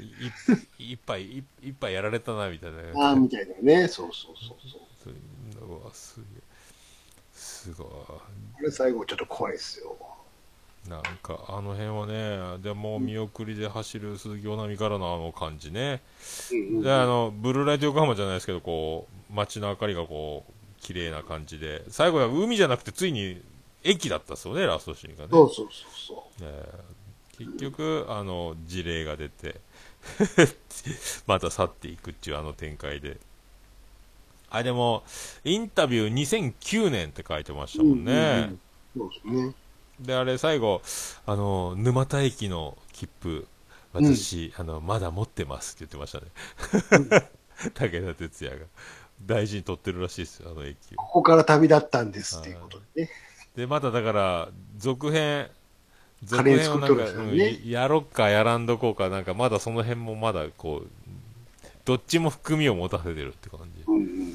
[SPEAKER 2] い 一杯、い一杯やられたな、みたいな。
[SPEAKER 1] ああ、みたいなね。そうそうそうそう。
[SPEAKER 2] そういうのはすげえすご
[SPEAKER 1] あれ最後ちょっと怖いですよ。
[SPEAKER 2] いなんかあの辺はねでもう見送りで走る鈴木おなみからのあの感じね、
[SPEAKER 1] うん
[SPEAKER 2] であのブルーライト横浜じゃないですけどこう街の明かりがこう綺麗な感じで最後は海じゃなくてついに駅だったですよねラストシーンがね
[SPEAKER 1] そうそうそうそ
[SPEAKER 2] えー結局あの事例が出て また去っていくっていうあの展開であでもインタビュー2009年って書いてました
[SPEAKER 1] う。
[SPEAKER 2] もんね、
[SPEAKER 1] うんうんうん。そうですね。
[SPEAKER 2] であれ最後あの沼田駅の切符私、あのまだ持ってますって言ってましたね 武田鉄矢が大事に取ってるらしいですよあの駅を
[SPEAKER 1] ここから旅立ったんですっていうことでね。
[SPEAKER 2] でまただから続編
[SPEAKER 1] カ
[SPEAKER 2] 続
[SPEAKER 1] レー
[SPEAKER 2] 編を
[SPEAKER 1] 作っ
[SPEAKER 2] な
[SPEAKER 1] と
[SPEAKER 2] ん
[SPEAKER 1] る
[SPEAKER 2] か、
[SPEAKER 1] んですよね
[SPEAKER 2] うんやろっかやらんどこうかなんかまだその辺もまだこうどっちも含みを持たせてるって感じ。
[SPEAKER 1] うんうん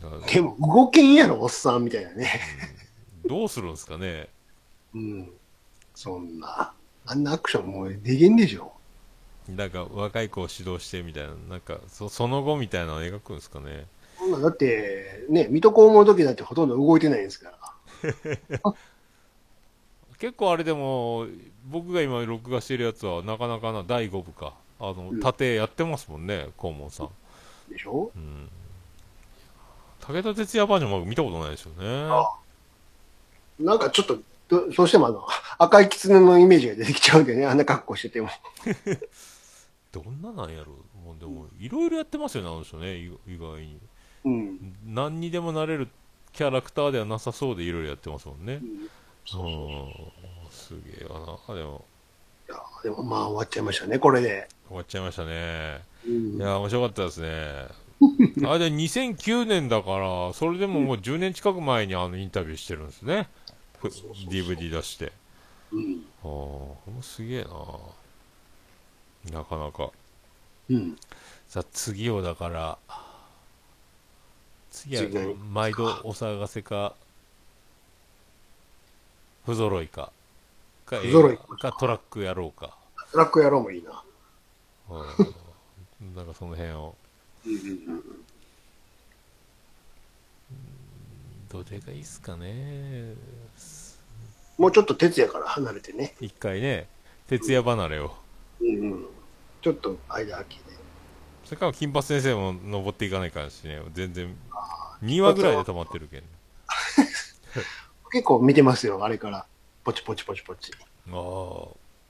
[SPEAKER 2] だから
[SPEAKER 1] うんでも、動けんやろ、おっさんみたいなね。
[SPEAKER 2] どうするんですかね。
[SPEAKER 1] うん。そんな、あんなアクションもうできんでしょ。
[SPEAKER 2] なんか若い子を指導してみたいな、なんかそその後みたいなのを描くんですかね。
[SPEAKER 1] そんなだって、ね、水戸黄門の時だってほとんど動いてないんですから。
[SPEAKER 2] 結構あれでも、僕が今録画してるやつはなかなかな、第5部か。あの
[SPEAKER 1] う、ん
[SPEAKER 2] 盾やってますもんね、黄門さん。
[SPEAKER 1] でしょ
[SPEAKER 2] うん。武田鉄矢バージョンも見たことないですよね。
[SPEAKER 1] あなんかちょっと、どどうしてもあの、赤い狐のイメージが出てきちゃうんでね、あんな格好してても。
[SPEAKER 2] どんななんやろもうでも、いろいろやってますよね、あの人ね、意意外に。
[SPEAKER 1] うん。
[SPEAKER 2] 何にでもなれるキャラクターではなさそうでいろいろやってますもんね。
[SPEAKER 1] そうそうい
[SPEAKER 2] うんすげえわな。でも、
[SPEAKER 1] やでもまあ終わっちゃいましたね、これで。
[SPEAKER 2] 終わっちゃいましたね。
[SPEAKER 1] うん
[SPEAKER 2] いやー、面白かったですね。 あれで2009年だから、それでももう10年近く前にあのインタビューしてるんですね。ふ
[SPEAKER 1] そうそうそう
[SPEAKER 2] DVD 出して。
[SPEAKER 1] うん。
[SPEAKER 2] ああ、もうすげえな。なかなか。
[SPEAKER 1] うん。
[SPEAKER 2] さあ、次をだから、次は
[SPEAKER 1] 次が
[SPEAKER 2] 毎度お騒がせか、不揃いか、か
[SPEAKER 1] 不揃い
[SPEAKER 2] 映画かトラックやろうか。
[SPEAKER 1] トラック野郎もいいな。
[SPEAKER 2] うん なんかその辺を、
[SPEAKER 1] うんうん
[SPEAKER 2] どれがいいっすかね。
[SPEAKER 1] もうちょっと徹夜から離れてね。
[SPEAKER 2] 一回ね、徹夜離れを。
[SPEAKER 1] うんうん。ちょっと間空きで。
[SPEAKER 2] それから金八先生も登っていかないからしね、全然、2話ぐらいで止まってるけん。
[SPEAKER 1] 結構見てますよ、あれから。ポチポチポチポチ。
[SPEAKER 2] ああ。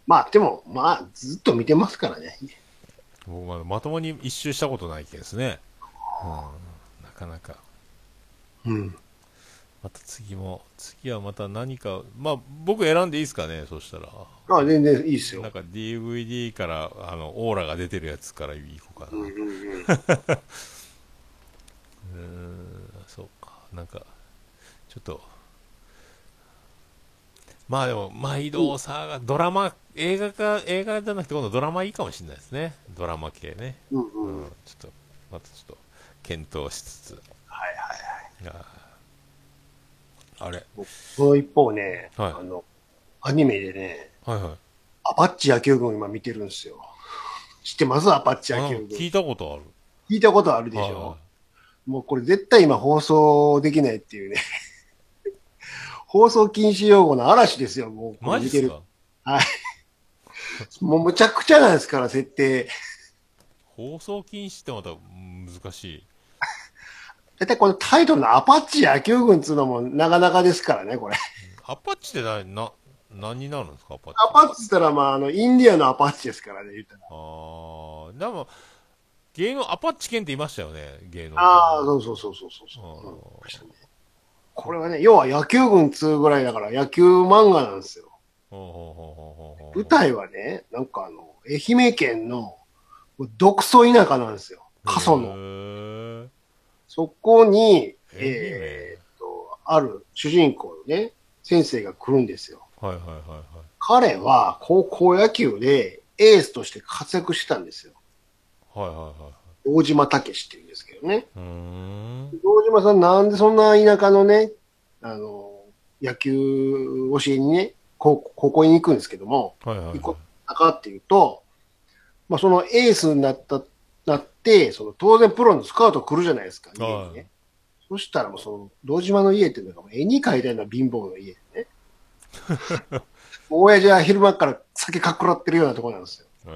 [SPEAKER 1] まあでも、まあずっと見てますからね。
[SPEAKER 2] 僕まだまともに一周したことないけんですね。うん、なかなか。
[SPEAKER 1] うん。
[SPEAKER 2] また次も、次はまた何か、まあ僕選んでいいですかね、そしたら。
[SPEAKER 1] まあ全然いいですよ
[SPEAKER 2] なん。か DVD から、あの、オーラが出てるやつからいこうか
[SPEAKER 1] うん
[SPEAKER 2] な。う
[SPEAKER 1] う
[SPEAKER 2] ん
[SPEAKER 1] う
[SPEAKER 2] ー
[SPEAKER 1] ん。
[SPEAKER 2] ん、そうか。なんか、ちょっと、まあでも、毎度さ、ドラマ、映画か、映画じゃなくて今度ドラマいいかもしれないですね。ドラマ系ね。
[SPEAKER 1] うん
[SPEAKER 2] う
[SPEAKER 1] うん
[SPEAKER 2] ん、ちょっと、またちょっと、検討しつつ。
[SPEAKER 1] はいはいはい。
[SPEAKER 2] あーあれ
[SPEAKER 1] その一方ね、
[SPEAKER 2] はい
[SPEAKER 1] あの、アニメでね、
[SPEAKER 2] はいはい。
[SPEAKER 1] アパッチ野球軍今見てるんですよ。知ってますアパッチ野
[SPEAKER 2] あ
[SPEAKER 1] 球軍。
[SPEAKER 2] 聞いたことあ
[SPEAKER 1] 聞いたことある
[SPEAKER 2] る。
[SPEAKER 1] でし
[SPEAKER 2] はい
[SPEAKER 1] ょ。もうこれ絶対今放送できないっていうね。 放送禁止用語の嵐ですよ、もう。
[SPEAKER 2] マジっす
[SPEAKER 1] 見て
[SPEAKER 2] か
[SPEAKER 1] るもうむちゃくちゃなんですから、設定。
[SPEAKER 2] 放送禁止ってまたうん難しい。
[SPEAKER 1] だいたいこのタイトルのアパッチ野球軍っつうのもなかなかですからね、これ。
[SPEAKER 2] アパッチってな、な、何になるんですかアパッチ。
[SPEAKER 1] アパッチって言ったら、まあ、あの、インディアのアパッチですからね、言ったら。
[SPEAKER 2] ああ、でも、芸能、アパッチ犬っていましたよね、芸能。
[SPEAKER 1] ああ、そうそうそうそうそうそう、う
[SPEAKER 2] あ
[SPEAKER 1] ん
[SPEAKER 2] ー
[SPEAKER 1] ましたねこれはね、要は野球軍2ぐらいだから野球漫画なんですよ。
[SPEAKER 2] ほうほうほうほうほうほう
[SPEAKER 1] 舞台はね、なんかあの、愛媛県の独ソ田舎なんですよ。過疎
[SPEAKER 2] へ
[SPEAKER 1] の。
[SPEAKER 2] ー
[SPEAKER 1] そこに、
[SPEAKER 2] 愛媛
[SPEAKER 1] えーっと、ある主人公のね、先生が来るんですよ。
[SPEAKER 2] はいはいはいはい。
[SPEAKER 1] 彼は高校野球でエースとして活躍してたんですよ。
[SPEAKER 2] はいはいはい。
[SPEAKER 1] 大島武史っていうんですけどね。
[SPEAKER 2] うーん。
[SPEAKER 1] 堂島さん、なんでそんな田舎のね、あの、野球教えにね、高高校に行くんですけども、
[SPEAKER 2] はいはい、はい。
[SPEAKER 1] 行こなかっていうと、まあ、そのエースになった、なって、その当然プロのスカウト来るじゃないですか、家
[SPEAKER 2] はい
[SPEAKER 1] にね。そしたらもうその、堂島の家っていうのがもう絵に描いたような貧乏の家でね。親父は昼間から酒かっくらってるようなところなんですよ。
[SPEAKER 2] え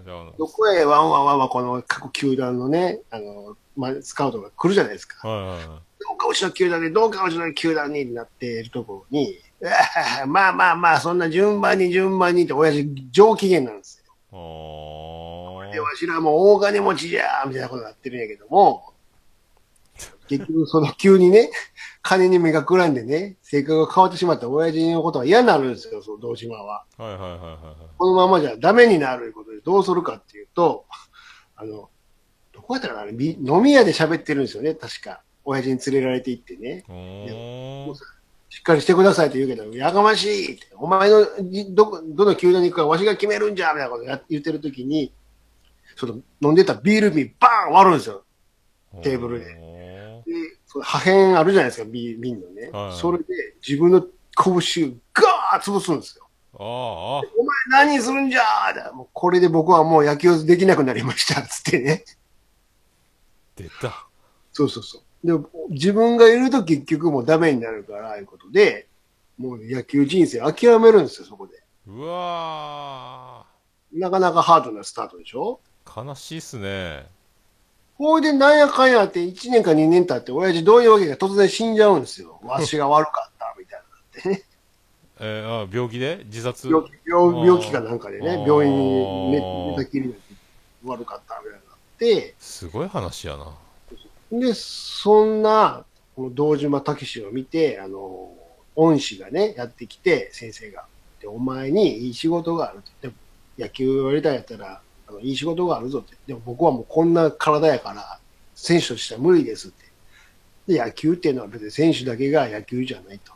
[SPEAKER 2] ー、じゃあ、
[SPEAKER 1] どこへワンワンワンワンこの各球団のね、あの、まあ、スカウトが来るじゃないですか。
[SPEAKER 2] はいはいはい。
[SPEAKER 1] どうかうちの球団で、どうかうちの球団になっているところに、うわあまあまあまあ、そんな順番に順番にって、親父上機嫌なんですよ。
[SPEAKER 2] あー
[SPEAKER 1] で、わしらもう大金持ちじゃーみたいなことになってるんやけども、結局その急にね、金に目がくらんでね、性格が変わってしまった親父のことは嫌になるんですよ、その道島は。
[SPEAKER 2] はいはいはいはいはい。
[SPEAKER 1] このままじゃダメになるということで、どうするかっていうと、あの、どこやったかなあれみ飲み屋で喋ってるんですよね、確か。親父に連れられて行ってね。
[SPEAKER 2] うーん
[SPEAKER 1] もうしっかりしてくださいって言うけど、やかましいってお前のじどこ、どの球団に行くかわしが決めるんじゃみたいなことや言ってるときに、その飲んでたビール瓶バーン割るんですよ。テーブルで
[SPEAKER 2] で。
[SPEAKER 1] で、その破片あるじゃないですか、ビ瓶のね、
[SPEAKER 2] はい
[SPEAKER 1] それで自分の拳をガーッ潰すんですよ。
[SPEAKER 2] ああ、
[SPEAKER 1] お前何するんじゃーだもうこれで僕はもう野球できなくなりました、つってね。
[SPEAKER 2] 出た。
[SPEAKER 1] そうそうそう。で、自分がいると結局もうダメになるから、いうことで、もう野球人生諦めるんですよ、そこで。
[SPEAKER 2] うわ
[SPEAKER 1] なかなかハードなスタートでしょ
[SPEAKER 2] ー悲しいっすね。
[SPEAKER 1] ほいで、なんやかんやって1年か2年経って、親父どういうわけか突然死んじゃうんですよ。わしが悪かった、みたいな。
[SPEAKER 2] えー、あ病気で自殺
[SPEAKER 1] 病気病病気かなんかで
[SPEAKER 2] あ
[SPEAKER 1] ね
[SPEAKER 2] ー、
[SPEAKER 1] 病院に寝寝たきりになって悪かった、みたいになって、
[SPEAKER 2] すごい話やな。
[SPEAKER 1] で、そんな、この堂島武史を見て、あの、恩師がね、やってきて、先生が。で、お前にいい仕事があると。でも野球をやりたいんやったら、あのいい仕事があるぞって。でも僕はもうこんな体やから、選手としては無理ですって。で、野球っていうのは別に選手だけが野球じゃないと。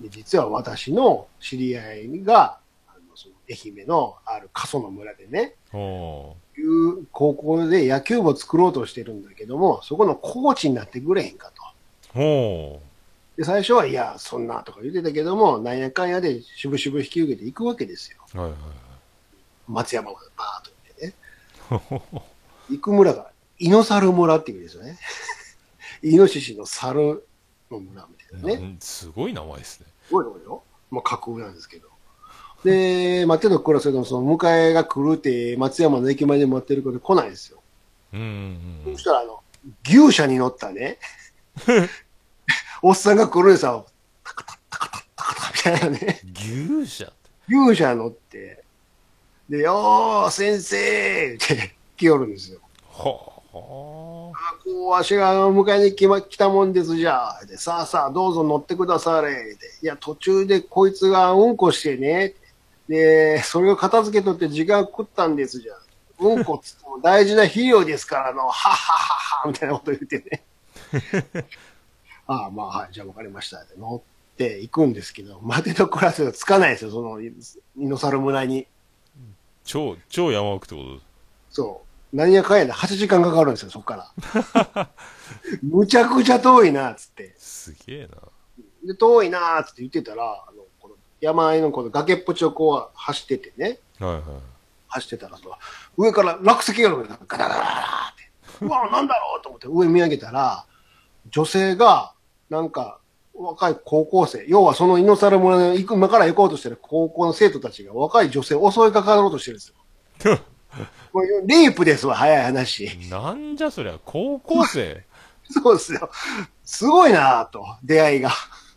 [SPEAKER 1] で、実は私の知り合いが、あのその愛媛のある過疎の村でね、
[SPEAKER 2] お
[SPEAKER 1] いう高校で野球部を作ろうとしてるんだけども、そこのコーチになってくれへんかと。
[SPEAKER 2] ーお
[SPEAKER 1] で、最初は、いや、そんなとか言ってたけども、なんやかんやで、しぶしぶ引き受けていくわけですよ。
[SPEAKER 2] ーはい
[SPEAKER 1] 松山までバーっと行ってね。
[SPEAKER 2] はい。
[SPEAKER 1] 行く村が、イノサル村っていうんですよね。 イノシシの猿の村みたいなね。
[SPEAKER 2] うん すごい名前ですね。
[SPEAKER 1] すごいとこよ。まあ、架空なんですけど。で、待ってた頃はそれでも、その、迎えが来るって、松山の駅前で待ってるから来ないんですよ。
[SPEAKER 2] うんうんうん
[SPEAKER 1] そし。たら、あの、牛車に乗ったね、おっさんが来るんですよ。タカタタカタタカタみたいなね。
[SPEAKER 2] 牛舎って。
[SPEAKER 1] 牛車乗って、で、よー、先生って来よるんですよ。
[SPEAKER 2] はあ。
[SPEAKER 1] あこう、わしが迎えに来,、ま、来たもんですじゃあ。で、さあさあ、どうぞ乗ってくだされ。でいや、途中でこいつがうんこしてね。で、それを片付けとって時間食ったんですじゃあ。うんこっつっても大事な肥料ですからの、はっ はっはっは、みたいなこと言ってね。ああ、まあ、はい、じゃあわかりました。で乗って行くんですけど、待てど暮らせがつかないですよ、その、イノサル村に。
[SPEAKER 2] 超、超山奥ってこ
[SPEAKER 1] そう。何やかんやで8時間かかるんですよ、そっから。むちゃくちゃ遠いな、つって
[SPEAKER 2] と。すげえな。
[SPEAKER 1] で、遠いな、つって言ってたら、あの、この山あいのこの崖っぷちをこう走っててね、
[SPEAKER 2] はいはい。
[SPEAKER 1] 走ってたら、その上から落石があるんですよガタガタガタガタって。うわ、なんだろうと思って上見上げたら、女性が、なんか、若い高校生、要はその猪猿村の行く、今から行こうとしてる高校の生徒たちが若い女性を襲いかかろうとしてるんですよ。もうレイプですわ、早い話。
[SPEAKER 2] なんじゃそりゃ、高校 生。
[SPEAKER 1] そうですよ。すごいなぁと、出会いが。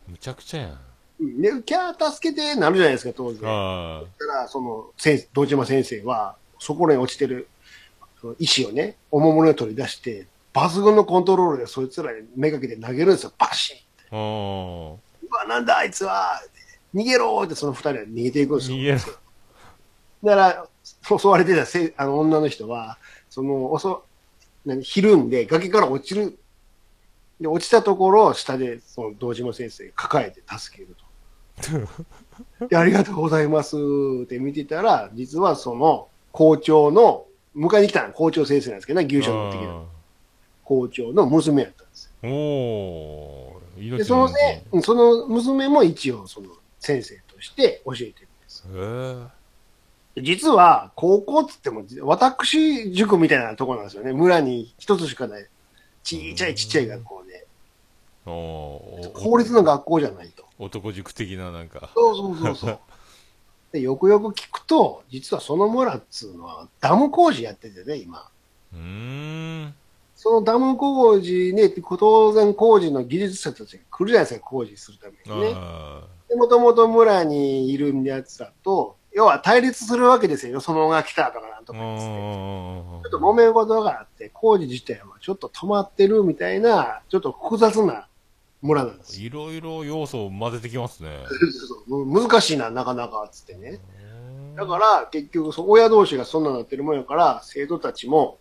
[SPEAKER 2] むちゃくちゃやん。
[SPEAKER 1] ね、キャー助けてなるじゃないですか、当然。だか
[SPEAKER 2] あ
[SPEAKER 1] ら、その、先堂島先生は、そこらに落ちてる、その石をね、おもむろに取り出して、抜群のコントロールでそいつらにめがけて投げるんですよ、バシン
[SPEAKER 2] あ。うん。
[SPEAKER 1] うわ、なんだあいつは逃げろーってその二人は逃げていくんですよ。
[SPEAKER 2] 逃げろ
[SPEAKER 1] だから、襲われてたせあの女の人は、その、襲、何、ひるんで崖から落ちる。で、落ちたところを下で、その、堂島先生が抱えて助ける と。で、ありがとうございますって見てたら、実はその、校長の、迎えに来たのは校長先生なんですけどね、牛舎に乗ってきた校長の娘やったんですよ
[SPEAKER 2] うんおー。命
[SPEAKER 1] で、そのね、うんその娘も一応、その、先生として教えてるんです。
[SPEAKER 2] へえ。
[SPEAKER 1] 実は、高校っつっても、私塾みたいなとこなんですよね。村に一つしかない。ちっちゃいちっちゃい学校で。
[SPEAKER 2] おお
[SPEAKER 1] 公立の学校じゃないと。
[SPEAKER 2] 男塾的ななんか。
[SPEAKER 1] そうそうそうそう。 でよくよく聞くと、実はその村っつうのはダム工事やっててね、今。
[SPEAKER 2] うーん。
[SPEAKER 1] そのダム工事ね、当然工事の技術者たちが来るじゃないですか、工事するためにね。
[SPEAKER 2] あ
[SPEAKER 1] で、もともと村にいるやつだと、要は対立するわけですよ。よそ者が来たとかなん
[SPEAKER 2] あ。
[SPEAKER 1] と
[SPEAKER 2] う
[SPEAKER 1] かですね。
[SPEAKER 2] ん。
[SPEAKER 1] ちょっと揉め事があって、工事自体はちょっと止まってるみたいな、ちょっと複雑な村なんですよ。
[SPEAKER 2] いろいろ要素を混ぜてきますね。
[SPEAKER 1] そう難しいな、なかなか、つってね。だから、結局、そう親同士がそんなになってるもんやから、生徒たちも、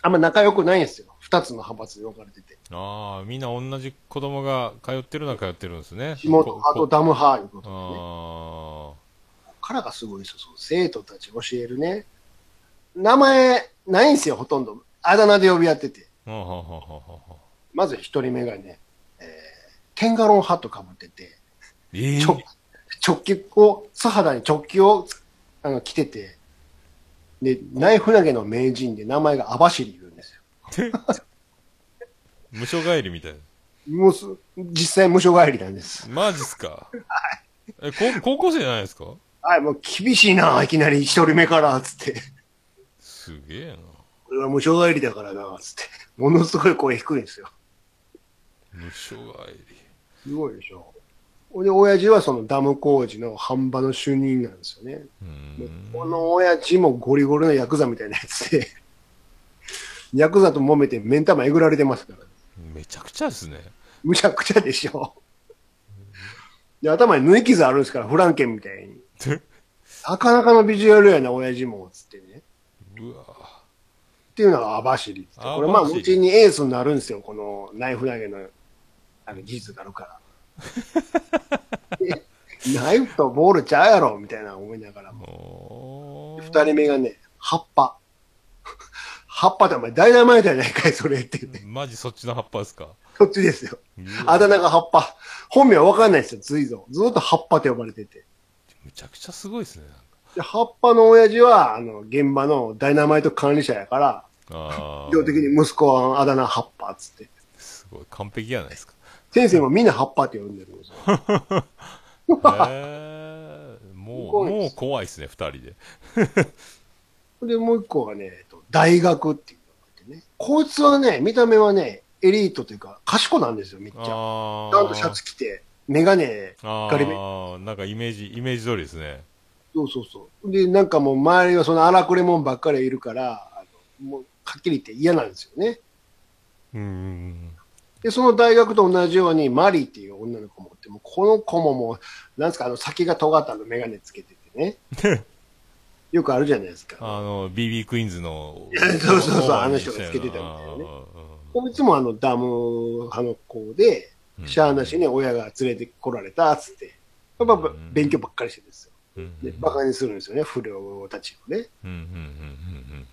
[SPEAKER 1] あんま仲良くないんですよ。二つの派閥に分かれてて。
[SPEAKER 2] ああ、みんな同じ子供が通ってるのは通ってるんですね。
[SPEAKER 1] 地元派と
[SPEAKER 2] こ
[SPEAKER 1] ダム派いう
[SPEAKER 2] こ
[SPEAKER 1] こ
[SPEAKER 2] あ
[SPEAKER 1] とでね。
[SPEAKER 2] ー
[SPEAKER 1] こっからがすごいですよ。その生徒たち教えるね。名前、ないんですよ、ほとんど。あだ名で呼び合ってて。
[SPEAKER 2] あははははは
[SPEAKER 1] まず一人目がね、えー、テンガロンハットかぶってて、
[SPEAKER 2] ええ
[SPEAKER 1] 直直帰を、素肌に直帰をつあの着てて、で、ナイフ投げの名人で名前が網走いるんですよ。
[SPEAKER 2] 無償帰りみたいな。
[SPEAKER 1] もうす、実際無償帰りなんです。
[SPEAKER 2] マジっすか。え、こ高校生じゃないですか
[SPEAKER 1] はい、もう厳しいな、いきなり一人目から、つって。
[SPEAKER 2] すげえな。
[SPEAKER 1] 俺は無償帰りだからな、つって。ものすごい声低いんですよ。
[SPEAKER 2] 無償帰り。
[SPEAKER 1] すごいでしょ。ほんで、親父はそのダム工事の販売の主任なんですよね。
[SPEAKER 2] うーん。
[SPEAKER 1] この親父もゴリゴリのヤクザみたいなやつで、 ヤクザと揉めて目ん玉えぐられてますから。
[SPEAKER 2] めちゃくちゃですね。
[SPEAKER 1] むちゃくちゃでしょ。で、頭に縫い傷あるんですから、フランケンみたいに。なかなかのビジュアルやな、親父も、つってね。
[SPEAKER 2] うわ
[SPEAKER 1] っていうのが網走って。これまあ、
[SPEAKER 2] 網走
[SPEAKER 1] 後にエースになるんですよ、このナイフ投げの、あの、技術があ るから。でナイフとボールちゃうやろ、みたいな思いながらも。
[SPEAKER 2] おー
[SPEAKER 1] 二人目がね、葉っぱ。葉っぱってお前、ダイナマイトやないかい、それって言って。
[SPEAKER 2] マジそっちの葉っぱですか
[SPEAKER 1] そっちですよ。あだ名が葉っぱ。本名はわかんないですよ、随蔵。ずっと葉っぱって呼ばれてて。
[SPEAKER 2] めちゃくちゃすごいですね。なんか
[SPEAKER 1] で、葉っぱの親父は、あの、現場のダイナマイト管理者やから、
[SPEAKER 2] あ
[SPEAKER 1] 基本的に息子はあだ名葉っぱっつって。
[SPEAKER 2] あ。すごい。完璧やない ですか。
[SPEAKER 1] 先生もみんな葉っぱって呼んでるんですよ。
[SPEAKER 2] えー、もう、
[SPEAKER 1] すごい
[SPEAKER 2] も
[SPEAKER 1] で
[SPEAKER 2] う
[SPEAKER 1] す
[SPEAKER 2] 怖いですね、二人で。
[SPEAKER 1] で、もう一個がね、えっと大学っていうのがあってね。こいつはね、見た目はね、エリートというか、賢なんですよ、めっちゃ。ち
[SPEAKER 2] ああ。
[SPEAKER 1] ゃんとシャツ着て、メガネ
[SPEAKER 2] あ
[SPEAKER 1] ガリ
[SPEAKER 2] あ、なんかイメージ、イメージ通りですね。
[SPEAKER 1] そうそうそう。で、なんかもう周りはその荒くれ者ばっかりいるから、あのもうはっきり言って嫌なんですよね。
[SPEAKER 2] うんうんうん。
[SPEAKER 1] で、その大学と同じようにマリーっていう女の子もおって、もうこの子ももう、なんですか、あの先が尖ったあのメガネつけててね。 よくあるじゃないですか。
[SPEAKER 2] あの、BB クイーンズの。
[SPEAKER 1] そうそうそうあの人がつけてたみたいなねこいつもあのダム派の子で、
[SPEAKER 2] ね
[SPEAKER 1] しゃあなしに親が連れてこられたっつって、やっぱ
[SPEAKER 2] うん
[SPEAKER 1] 勉強ばっかりしてるんですよ。で、バ
[SPEAKER 2] カ。
[SPEAKER 1] カにするんですよね、不良たちをね。
[SPEAKER 2] うんうんうん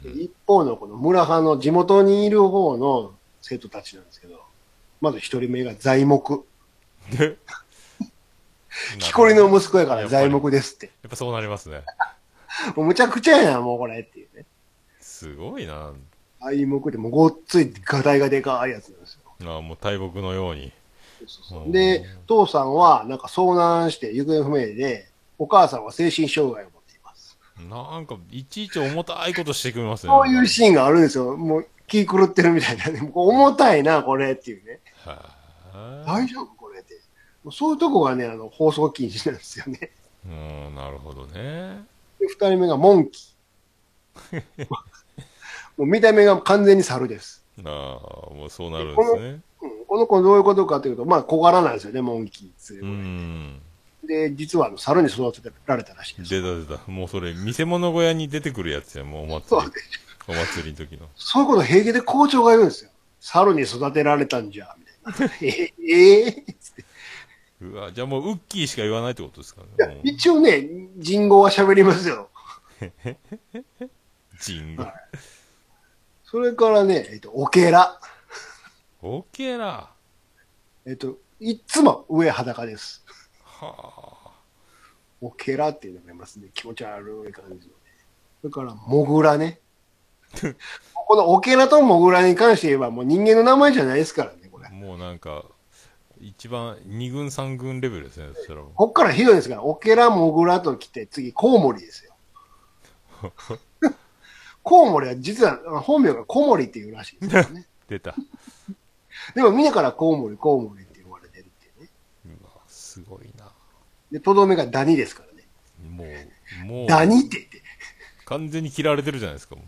[SPEAKER 2] うんうん
[SPEAKER 1] 一方のこの村派の地元にいる方の生徒たちなんですけど、まず一人目が材木。
[SPEAKER 2] うん。で、
[SPEAKER 1] 木こりの息子やか
[SPEAKER 2] や
[SPEAKER 1] ら
[SPEAKER 2] っぱり
[SPEAKER 1] 材木ですって。
[SPEAKER 2] やっぱそうなりますね。
[SPEAKER 1] もうむちゃくちゃやな、もうこれっていうね。
[SPEAKER 2] すごいな。
[SPEAKER 1] 材木でもうごっつい画題がでかいやつなんですよ。
[SPEAKER 2] ああ、もう大木のように。うん
[SPEAKER 1] で、父さんはなんか遭難して行方不明で、お母さんは精神障害を持っています。
[SPEAKER 2] なんか、いちいち重たいことしてくれますね。
[SPEAKER 1] そういうシーンがあるんですよ。もう気狂ってるみたいな ね。もう重たいな、これっていうね。
[SPEAKER 2] は
[SPEAKER 1] 大
[SPEAKER 2] い。
[SPEAKER 1] 丈夫これって。もうそういうとこがね、あの、放送禁止なんですよね。
[SPEAKER 2] うん、なるほどね。
[SPEAKER 1] で、二人目がモンキ ー。もう見た目が完全に猿です。
[SPEAKER 2] ああ、もうそうなるんですね。
[SPEAKER 1] うん、この子どういうことかというと、まあ小柄なんですよね、モンキーって
[SPEAKER 2] う。ん。
[SPEAKER 1] で、実はあの猿に育てられたらしいです。
[SPEAKER 2] 出た出た。もうそれ、見せ物小屋に出てくるやつや、もうお祭
[SPEAKER 1] そう
[SPEAKER 2] り。お祭りの時の。
[SPEAKER 1] そういうこと平気で校長が言うんですよ。猿に育てられたんじゃ、み たいな。え、えつって
[SPEAKER 2] うわ、じゃあもうウッキーしか言わないってことですかね。もう
[SPEAKER 1] いや一応ね、人語は喋りますよ。
[SPEAKER 2] ジング。
[SPEAKER 1] それからね、えっと、オケラ。
[SPEAKER 2] オケラ。
[SPEAKER 1] えっと、いっつも上裸です。
[SPEAKER 2] は
[SPEAKER 1] オケラっていうのがいますね。気持ち悪い感じのね。それから、モグラね。このオケラとモグラに関して言えば、もう人間の名前じゃないですからね、これ
[SPEAKER 2] あ。。もうなんか、一番、二軍三軍レベルですね、そしたらもう。
[SPEAKER 1] こっからひどいですから、オケラ、モグラと来て、次、コウモリですよ。コウモリは実は、本名がコウモリっていうらしいですよね。
[SPEAKER 2] 出た。
[SPEAKER 1] でも、みんなからコウモリ、コウモリって呼ばれてるっていうね。
[SPEAKER 2] うわ、すごいな。
[SPEAKER 1] で、とどめがダニですからね。
[SPEAKER 2] もう、もう、
[SPEAKER 1] ダニって言って。
[SPEAKER 2] 完全に嫌われてるじゃないですか、も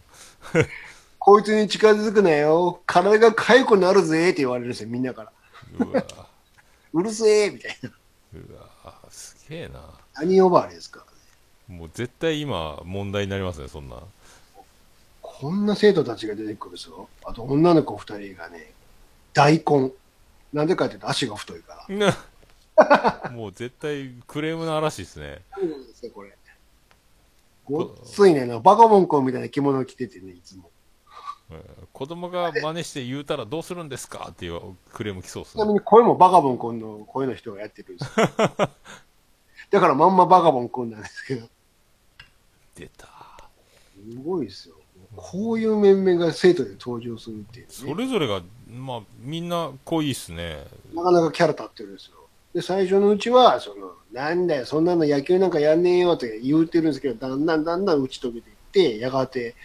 [SPEAKER 1] こいつに近づくなよ。体が痒くなるぜって言われるんですよ、みんなから。
[SPEAKER 2] う。うわ、
[SPEAKER 1] うるせえみたいな。
[SPEAKER 2] うわ、すげえな。
[SPEAKER 1] 何呼ばわりですからね。
[SPEAKER 2] もう絶対今、問題になりますね、そんな。
[SPEAKER 1] こんな生徒たちが出てくるぞ。あと女の子二人がね、大根。なんでかっていうと足が太いから。
[SPEAKER 2] なもう絶対クレームの嵐ですね。
[SPEAKER 1] 何なんですか、これ。ごっついね、あのバカモン君みたいな着物を着ててね、いつも。
[SPEAKER 2] えー子供が真似して言うたらどうするんですかっていうクレーム来そうです
[SPEAKER 1] ちな
[SPEAKER 2] ね。
[SPEAKER 1] みに声もバカボン君の声の人がやってるん ですよだからまんまバカボン君なんですけど。す
[SPEAKER 2] 出た。
[SPEAKER 1] ごいですよ。こういう面々が生徒で登場するっていう、
[SPEAKER 2] そ
[SPEAKER 1] ね。
[SPEAKER 2] れぞれが、まあ、みんな濃いっすね。
[SPEAKER 1] なかなかキャラ立ってるんですよ。で、最初のうちは、その、なんだよ、そんなの野球なんかやんねえよって言うてるんですけど、だんだんだんだん打ち解けていって、やがて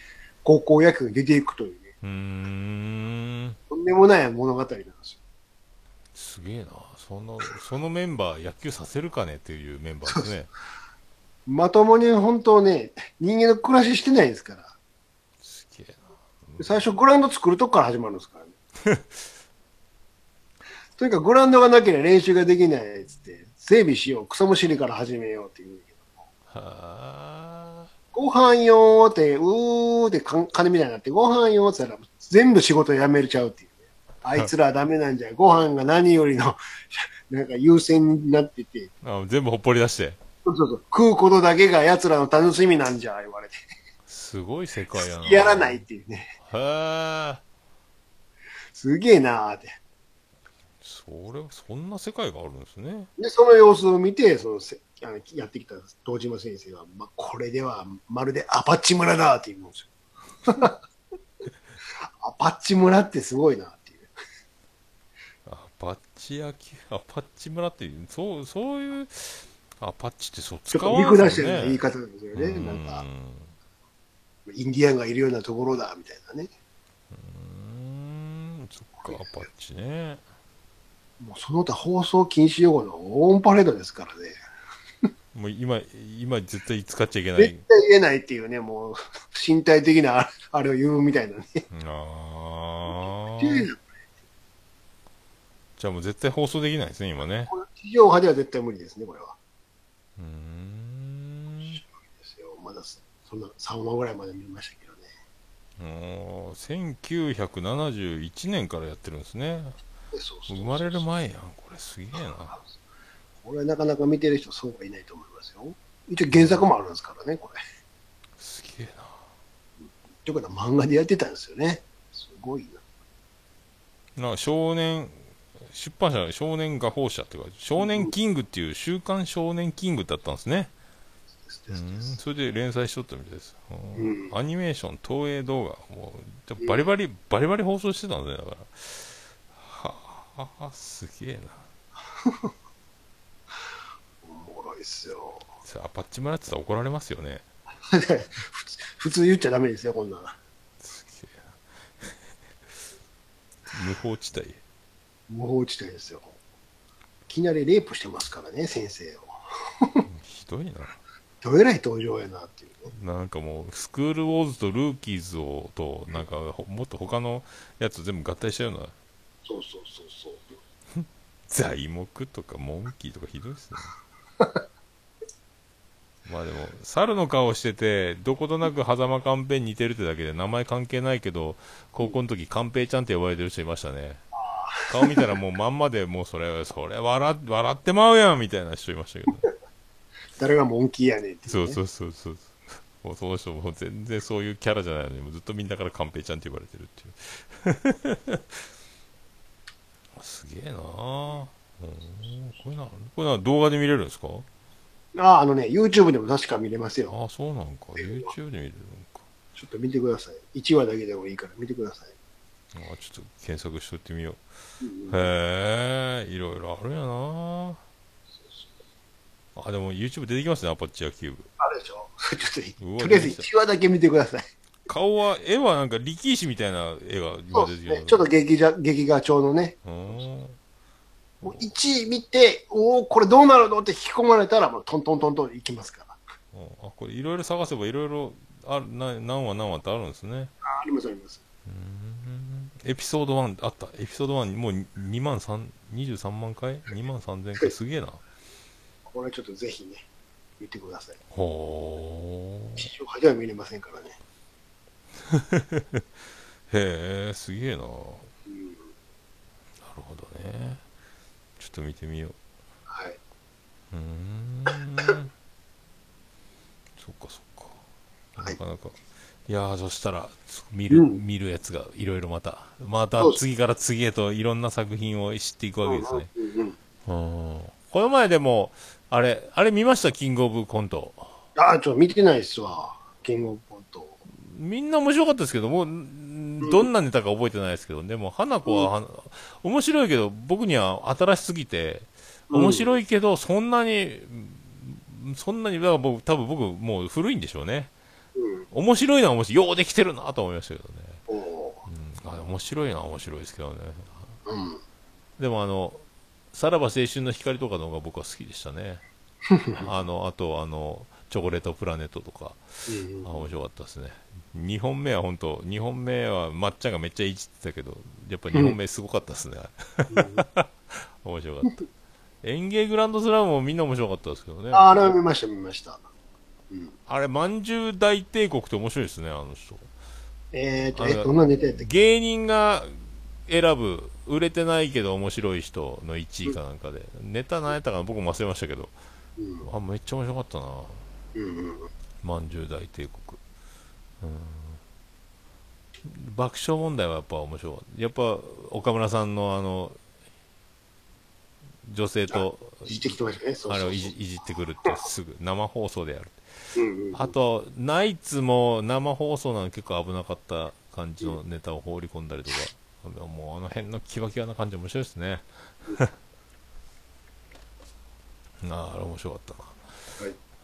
[SPEAKER 1] 高校野球に出ていくというね、
[SPEAKER 2] うーん。
[SPEAKER 1] とんでもない物語なんですよ。
[SPEAKER 2] すげえな。その、そのメンバー野球させるかねっていうメンバーですね。
[SPEAKER 1] まともに本当ね、人間の暮らししてないですから。
[SPEAKER 2] すげえ
[SPEAKER 1] 最初グラウンド作るとこから始まるんですからね。とにかくグラウンドがなければ練習ができないっつって、整備しよう、草むしりから始めようって言うんだけど。
[SPEAKER 2] な。はあ。
[SPEAKER 1] ご飯よーって、うーってか金みたいになって、ご飯よーって言ったら全部仕事辞めちゃうっていう、ね。あいつらはダメなんじゃ、ご飯が何よりの、 なんか優先になってて、
[SPEAKER 2] あ全部ほっぽり出して。
[SPEAKER 1] そうそうそう食うことだけが奴らの楽しみなんじゃ、言われて。
[SPEAKER 2] すごい世界やな。
[SPEAKER 1] やらないっ。ていうね。
[SPEAKER 2] へえ。
[SPEAKER 1] すげえなーって。
[SPEAKER 2] それ、そんな世界があるんですね。
[SPEAKER 1] で、その様子を見て、そのせあのやってきた堂島先生は、まあ、これではまるでアパッチ村だって言うんですよ。 アパッチ村ってすごいなっていう。
[SPEAKER 2] アパッチ野球、アパッチ村っていう、そう、そういう、アパッチってそう
[SPEAKER 1] ち
[SPEAKER 2] 使
[SPEAKER 1] ょっと
[SPEAKER 2] わ
[SPEAKER 1] 見
[SPEAKER 2] ん
[SPEAKER 1] 下
[SPEAKER 2] で
[SPEAKER 1] し
[SPEAKER 2] す
[SPEAKER 1] て
[SPEAKER 2] よ
[SPEAKER 1] るような言い
[SPEAKER 2] ね。
[SPEAKER 1] 方なんですよね。
[SPEAKER 2] うん
[SPEAKER 1] なんか、インディアンがいるようなところだみたいなね。
[SPEAKER 2] うん、そっか、アパッチね。
[SPEAKER 1] もうその他放送禁止用語のオンパレードですからね。
[SPEAKER 2] もう今、今絶対使っちゃいけな
[SPEAKER 1] 絶
[SPEAKER 2] い。
[SPEAKER 1] 対言えないっていうね、もう 身体的なああれを言うみたいなね。
[SPEAKER 2] あ
[SPEAKER 1] ってい
[SPEAKER 2] ー
[SPEAKER 1] う
[SPEAKER 2] じゃあもう絶対放送できないですね、今ね。
[SPEAKER 1] この地上波では絶対無理ですね、これは。
[SPEAKER 2] うーん。
[SPEAKER 1] ですよまだそんな3話ぐらいまで見ましたけどね。
[SPEAKER 2] もう1971年からやってるんですね。
[SPEAKER 1] そうそうそう
[SPEAKER 2] 生まれる前やん、これすげえな。
[SPEAKER 1] これはなかなか見てる人そうはいないと思いますよ。一応原作もあるんですからね、これ。
[SPEAKER 2] すげえな。
[SPEAKER 1] ということは漫画でやってたんですよね。すごいな。
[SPEAKER 2] なんか少年出版社少年画報社っていうか少年キングっていう週刊少年キングだったんですね、
[SPEAKER 1] です
[SPEAKER 2] う
[SPEAKER 1] ですで
[SPEAKER 2] ん、
[SPEAKER 1] す
[SPEAKER 2] それで連載しとったみたいです、うん
[SPEAKER 1] うん
[SPEAKER 2] アニメーション投影動画もうバリバリバリバリ放送してたんだよだからはあすげえな
[SPEAKER 1] おもろいっすよ。
[SPEAKER 2] それアパッチ村って言ったら怒られますよね
[SPEAKER 1] 普通 普通言っちゃダメですよ、こんなの。
[SPEAKER 2] すげえな 無法地帯
[SPEAKER 1] 無法地帯ですよ。いきなりレイプしてますからね、先生を。
[SPEAKER 2] ひどいな
[SPEAKER 1] どえらい登場やなっていうね。
[SPEAKER 2] なんかもう、スクールウォーズとルーキーズをと、なんかほ、もっと他のやつ全部合体したような、
[SPEAKER 1] そうそうそうそう。
[SPEAKER 2] 材木とかモンキーとかひどいですね。 まあでも、猿の顔してて、どことなく狭間寛平に似てるってだけで、名前関係ないけど、高校の時寛平ちゃんって呼ばれてる人いましたね。顔見たらもうまんまで、もうそれ、それ笑、笑ってまうやんみたいな人いましたけどね。
[SPEAKER 1] 誰がモンキーやねんっていう、
[SPEAKER 2] そ
[SPEAKER 1] ね。
[SPEAKER 2] うそうそうそう。もうその人も全然そういうキャラじゃないのに、もうずっとみんなから寛平ちゃんって呼ばれてるっていう。 すげえなあうんこれな、これな、動画で見れるんですか
[SPEAKER 1] ああ、あのね、YouTube でも確か見れますよ。
[SPEAKER 2] ああ、そうなんか。YouTube で見れるのか。
[SPEAKER 1] ちょっと見てください。1話だけでもいいから見てください。
[SPEAKER 2] ああ、ちょっと検索しとってみよ
[SPEAKER 1] うん
[SPEAKER 2] う。へえ、いろいろあるんやな
[SPEAKER 1] そうそう
[SPEAKER 2] あ。あ、でも YouTube 出てきますね、アパッチ野球部。
[SPEAKER 1] あるでしょ ちょっ
[SPEAKER 2] うわ
[SPEAKER 1] と、とりあえず1話だけ見てください。
[SPEAKER 2] 顔は、絵はなんか力士みたいな絵が
[SPEAKER 1] そ
[SPEAKER 2] 今
[SPEAKER 1] う
[SPEAKER 2] 出て
[SPEAKER 1] です
[SPEAKER 2] きます、
[SPEAKER 1] ね。ちょっと劇画劇画調のね、
[SPEAKER 2] うん。
[SPEAKER 1] もう1位見て、おお、これどうなるのって引き込まれたら、もうトントントントンいきますから。
[SPEAKER 2] うんあこれいろいろ探せばいろいろあるな何話何話ってあるんですね
[SPEAKER 1] あありますあります。
[SPEAKER 2] エピソード1あったエピソード1もう2万3 23万回2万3000回すげえな
[SPEAKER 1] これちょっとぜひね、見てください。
[SPEAKER 2] ほー
[SPEAKER 1] 地上波では見れませんからね。
[SPEAKER 2] へえすげえななる
[SPEAKER 1] うん。
[SPEAKER 2] ほどねちょっと見てみよう
[SPEAKER 1] はい。
[SPEAKER 2] うーんそっかそっか
[SPEAKER 1] はい
[SPEAKER 2] なかなか、いやーそしたら見る、
[SPEAKER 1] うん
[SPEAKER 2] 見るやつがいろいろまたまた
[SPEAKER 1] そうです
[SPEAKER 2] 次から次へといろんな作品を知っていくわけですね、
[SPEAKER 1] うんうん
[SPEAKER 2] うん、この前でもあれあれ見ましたキングオブコント
[SPEAKER 1] あー、ちょっと見てないっすわ。キングオブコント。
[SPEAKER 2] みんな面白かったですけどもうんどんなネタか覚えてないですけどでも花子は、は面白いけど僕には新しすぎて
[SPEAKER 1] うん
[SPEAKER 2] 面白いけどそんなに、うんそんなにだから僕多分僕もう古いんでしょうね
[SPEAKER 1] うん。
[SPEAKER 2] 面白いのは面白いようできてるなと思いましたけどね、
[SPEAKER 1] お
[SPEAKER 2] うん、あ面白いのは面白いですけどね
[SPEAKER 1] ーうん。
[SPEAKER 2] でもあの、さらば青春の光とかの方が僕は好きでした ね。あの、あとあの、チョコレートプラネットとか、
[SPEAKER 1] うん
[SPEAKER 2] あ面白かったですね。2本目は本当、2本目はまっちゃんがめっちゃいじってたけど、やっぱ2本目すごかったですね。面白かった。園芸グランドスラムもみんな面白かったですけどね。
[SPEAKER 1] あー
[SPEAKER 2] あ
[SPEAKER 1] あれは見ました、見ました。うん、
[SPEAKER 2] れ、まんじゅう大帝国って面白いですね、あの人。
[SPEAKER 1] えーと、
[SPEAKER 2] あ
[SPEAKER 1] え、
[SPEAKER 2] の
[SPEAKER 1] どんなネタやったっ
[SPEAKER 2] 芸
[SPEAKER 1] け
[SPEAKER 2] 人が選ぶ、売れてないけど面白い人の1位かなんかで、ネタ何やったかな僕も忘れましたけど、
[SPEAKER 1] うん。
[SPEAKER 2] あめっちゃ面白かったな
[SPEAKER 1] うんうん。
[SPEAKER 2] まんじゅう大帝国うん爆笑問題はやっぱ面白いやっぱ岡村さんのあの女性と
[SPEAKER 1] 知ってきてましたね、そう
[SPEAKER 2] あれ
[SPEAKER 1] そ
[SPEAKER 2] を
[SPEAKER 1] う
[SPEAKER 2] いじ
[SPEAKER 1] そう。
[SPEAKER 2] いじってくるってすぐ生放送でやる
[SPEAKER 1] うんうん
[SPEAKER 2] あとナイツも生放送なの結構危なかった感じのネタを放り込んだりとか、もうあの辺のキワキワな感じ面白いですね あああれ面白かった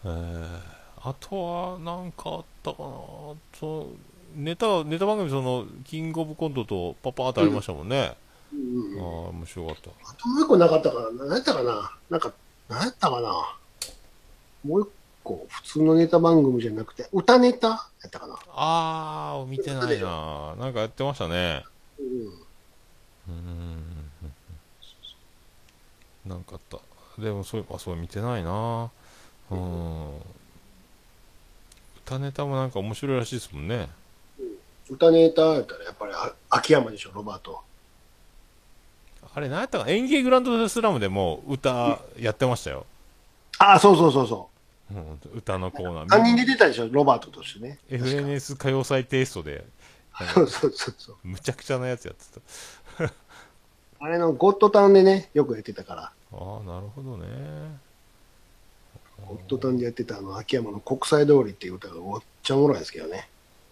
[SPEAKER 2] な
[SPEAKER 1] はい
[SPEAKER 2] えーあとは何かあったかなそうネタネタ番組そのキングオブコントとパパーってありましたもんね、
[SPEAKER 1] うんうん
[SPEAKER 2] あ
[SPEAKER 1] うん
[SPEAKER 2] あ面白かった
[SPEAKER 1] あともう一個なかったかな何やったかななんか、何やったかなもう一個、普通のネタ番組じゃなくて、歌ネタやったかな
[SPEAKER 2] ああ見てないななんかやってましたね
[SPEAKER 1] う
[SPEAKER 2] うんうんうんうんなんかあったでもそういえばそう見てないなうん歌ネタもなんか面白いらしいですもんね
[SPEAKER 1] ん。歌ネタやったら、やっぱりあ秋山でしょ、ロバート。
[SPEAKER 2] あれ何やったか演芸グランドスラムでも歌やってましたよ、
[SPEAKER 1] ああ、そうそうそうそ
[SPEAKER 2] うん、歌のコーナ
[SPEAKER 1] う。
[SPEAKER 2] ー
[SPEAKER 1] 3人で出たでしょ、ロバートとしてね。
[SPEAKER 2] FNS 歌謡祭テイストで、なん
[SPEAKER 1] そ
[SPEAKER 2] か
[SPEAKER 1] うそうそうそう。
[SPEAKER 2] むちゃくちゃなやつやってた。
[SPEAKER 1] あれのゴッドタンでね、よくやってたから、
[SPEAKER 2] ああ、なるほどね。
[SPEAKER 1] ゴッドタンでやってたあの、秋山の国際通りっていう歌がおっちゃおもろいんですけどね。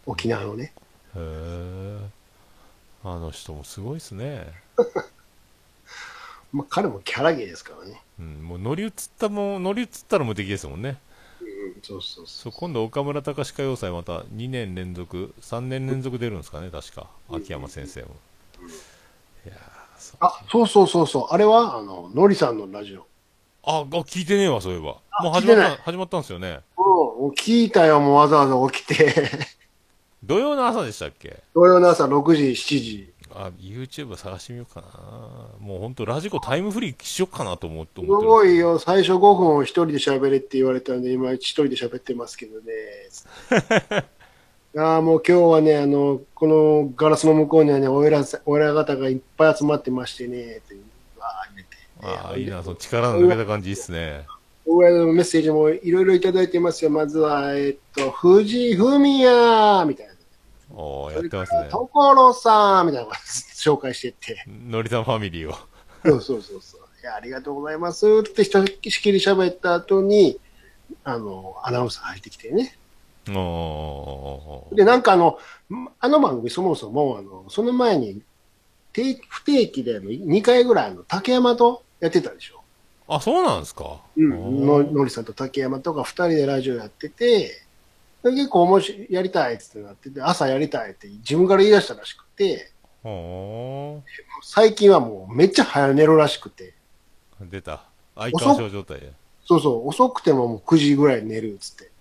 [SPEAKER 1] 沖縄のね。
[SPEAKER 2] へえ。あの人もすごいですね。
[SPEAKER 1] まあ、彼もキャラゲーですからね。
[SPEAKER 2] うん、もう乗り移ったもん、乗り移ったら無敵ですもんね。
[SPEAKER 1] うん、そうそうそ
[SPEAKER 2] そう、今度岡村隆史歌謡祭また2年連続、3年連続出るんですかね、確か。秋山先生も。いやーそう
[SPEAKER 1] あ、そうそうそうそう。あれは、あの、ノリさんのラジオ。
[SPEAKER 2] あ、あ聞いてねえわ、そういえば。もう
[SPEAKER 1] 聞い
[SPEAKER 2] 始ま
[SPEAKER 1] て
[SPEAKER 2] っ
[SPEAKER 1] ない
[SPEAKER 2] た、始まったんですよね。
[SPEAKER 1] うん、聞いたよ、もうわざわざ起きて。
[SPEAKER 2] 土曜の朝でしたっけ
[SPEAKER 1] 土曜の朝6時、7時。
[SPEAKER 2] あ、YouTube 探してみようかな。もうほんとラジコタイムフリーしようかなと思って
[SPEAKER 1] す
[SPEAKER 2] 思ってる。
[SPEAKER 1] ごいよ、最初5分を一人で喋れって言われたんで、今一人で喋ってますけどね。 ああ、もう今日はね、あの、このガラスの向こうにはね、おいらさ、おいら方がいっぱい集まってましてね、って、わあ、言って。
[SPEAKER 2] ああ、いいな、その力の抜けた感じいいっすね。
[SPEAKER 1] おいらのメッセージもいろいろいただいてますよ。まずは、えっと、藤井文也みたいな。
[SPEAKER 2] おおや
[SPEAKER 1] そ
[SPEAKER 2] っ
[SPEAKER 1] れ
[SPEAKER 2] て
[SPEAKER 1] か
[SPEAKER 2] ます
[SPEAKER 1] ら、
[SPEAKER 2] ね。
[SPEAKER 1] 所さんみたいなのを紹介してって。
[SPEAKER 2] のりさんファミリーを。
[SPEAKER 1] そうそうそうそう。いや、ありがとうございますってひとしきり喋った後に、あの、アナウンサー入ってきてね。
[SPEAKER 2] おお
[SPEAKER 1] で、なんかあの、あの番組そもそも、あの、その前に、定不定期であの2回ぐらいあの竹山とやってたでしょ。
[SPEAKER 2] あ、そうなんですか。
[SPEAKER 1] うん。の
[SPEAKER 2] おー
[SPEAKER 1] のりさんと竹山とか2人でラジオやってて、で結構面白い、やりたいっつってなってて、朝やりたいって自分から言い出したらしくて、
[SPEAKER 2] お
[SPEAKER 1] 最近はもうめっちゃ早寝るらしくて、
[SPEAKER 2] ー出た。相干渉状態で。
[SPEAKER 1] そうそう、遅くてももう9時ぐらいに寝るっつって。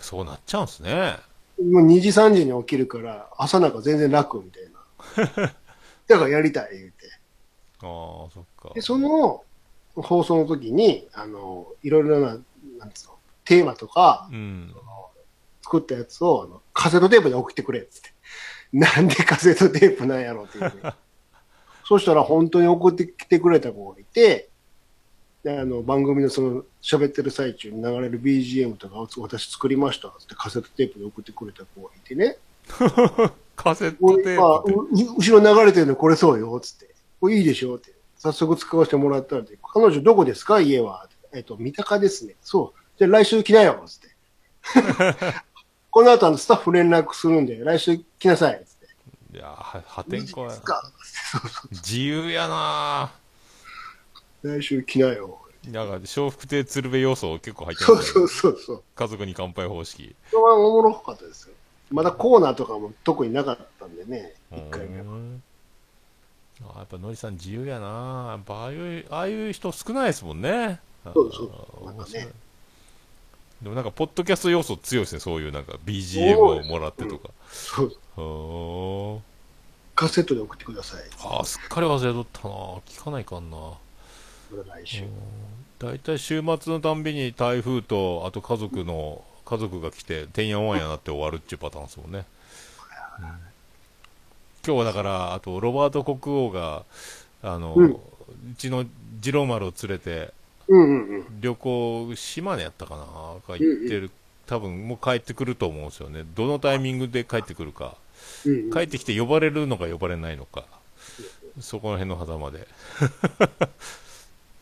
[SPEAKER 2] そうなっちゃうんすね。
[SPEAKER 1] もう2時3時に起きるから、朝なんか全然楽みたいな。だからやりたい言うて。
[SPEAKER 2] ああ、そっか。
[SPEAKER 1] で、その放送の時に、あの、いろいろな、なんつうの、テーマとか
[SPEAKER 2] うん。
[SPEAKER 1] 作ったやつを、あのカセットテープで送ってくれっつって。 なんでカセットテープなんやろうっていう。そしたら本当に送ってきてくれた子がいて、でであの番組のその喋ってる最中に流れる BGM とかを私作りましたってカセットテープで送ってくれた子がいてね、
[SPEAKER 2] カセッ
[SPEAKER 1] こ
[SPEAKER 2] ト
[SPEAKER 1] れ
[SPEAKER 2] テ
[SPEAKER 1] まあ
[SPEAKER 2] ープって
[SPEAKER 1] う後ろ流れてるのこれそうよ、つって。これいいでしょって。早速使わせてもらったんで、彼女どこですか家は。えっと、三鷹ですね。そう。じゃあ来週来なよ、つって。 この後あのスタッフ連絡するんで、来週来なさい、つって。
[SPEAKER 2] いやは破天荒や
[SPEAKER 1] いつか
[SPEAKER 2] 自由やな
[SPEAKER 1] 来週来なよ。
[SPEAKER 2] なんか笑福亭鶴瓶要素結構入って
[SPEAKER 1] そう
[SPEAKER 2] ます
[SPEAKER 1] そ
[SPEAKER 2] ね
[SPEAKER 1] うそうそう。
[SPEAKER 2] 家族に乾杯方式
[SPEAKER 1] それはおもろかったですよ。まだコーナーとかも特になかったんでね、一回目
[SPEAKER 2] う
[SPEAKER 1] は。
[SPEAKER 2] んあやっぱのりさん自由やなやっぱああいうああいう人少ないですもんね
[SPEAKER 1] そうそう
[SPEAKER 2] あー
[SPEAKER 1] なんかね
[SPEAKER 2] 面白いでもなんかポッドキャスト要素強いですねそういうなんか BGM をもらってとか
[SPEAKER 1] そう
[SPEAKER 2] は
[SPEAKER 1] カセットで送ってください。
[SPEAKER 2] ああーすっかり忘れとったな聞かないかんな
[SPEAKER 1] また来週。
[SPEAKER 2] 大体週末のたんびに台風とあと家族の家族が来ててんやわんやなって終わるっていうパターンですもんね、うん今日はだからあとロバート国王があの、う
[SPEAKER 1] うん
[SPEAKER 2] ちの次郎丸を連れて
[SPEAKER 1] うんうんうん。
[SPEAKER 2] 旅行島根やったかなが行ってる、多分もう帰ってくると思うんですよねどのタイミングで帰ってくるか
[SPEAKER 1] うんうん
[SPEAKER 2] 帰ってきて呼ばれるのか呼ばれないのかそこら辺の狭間で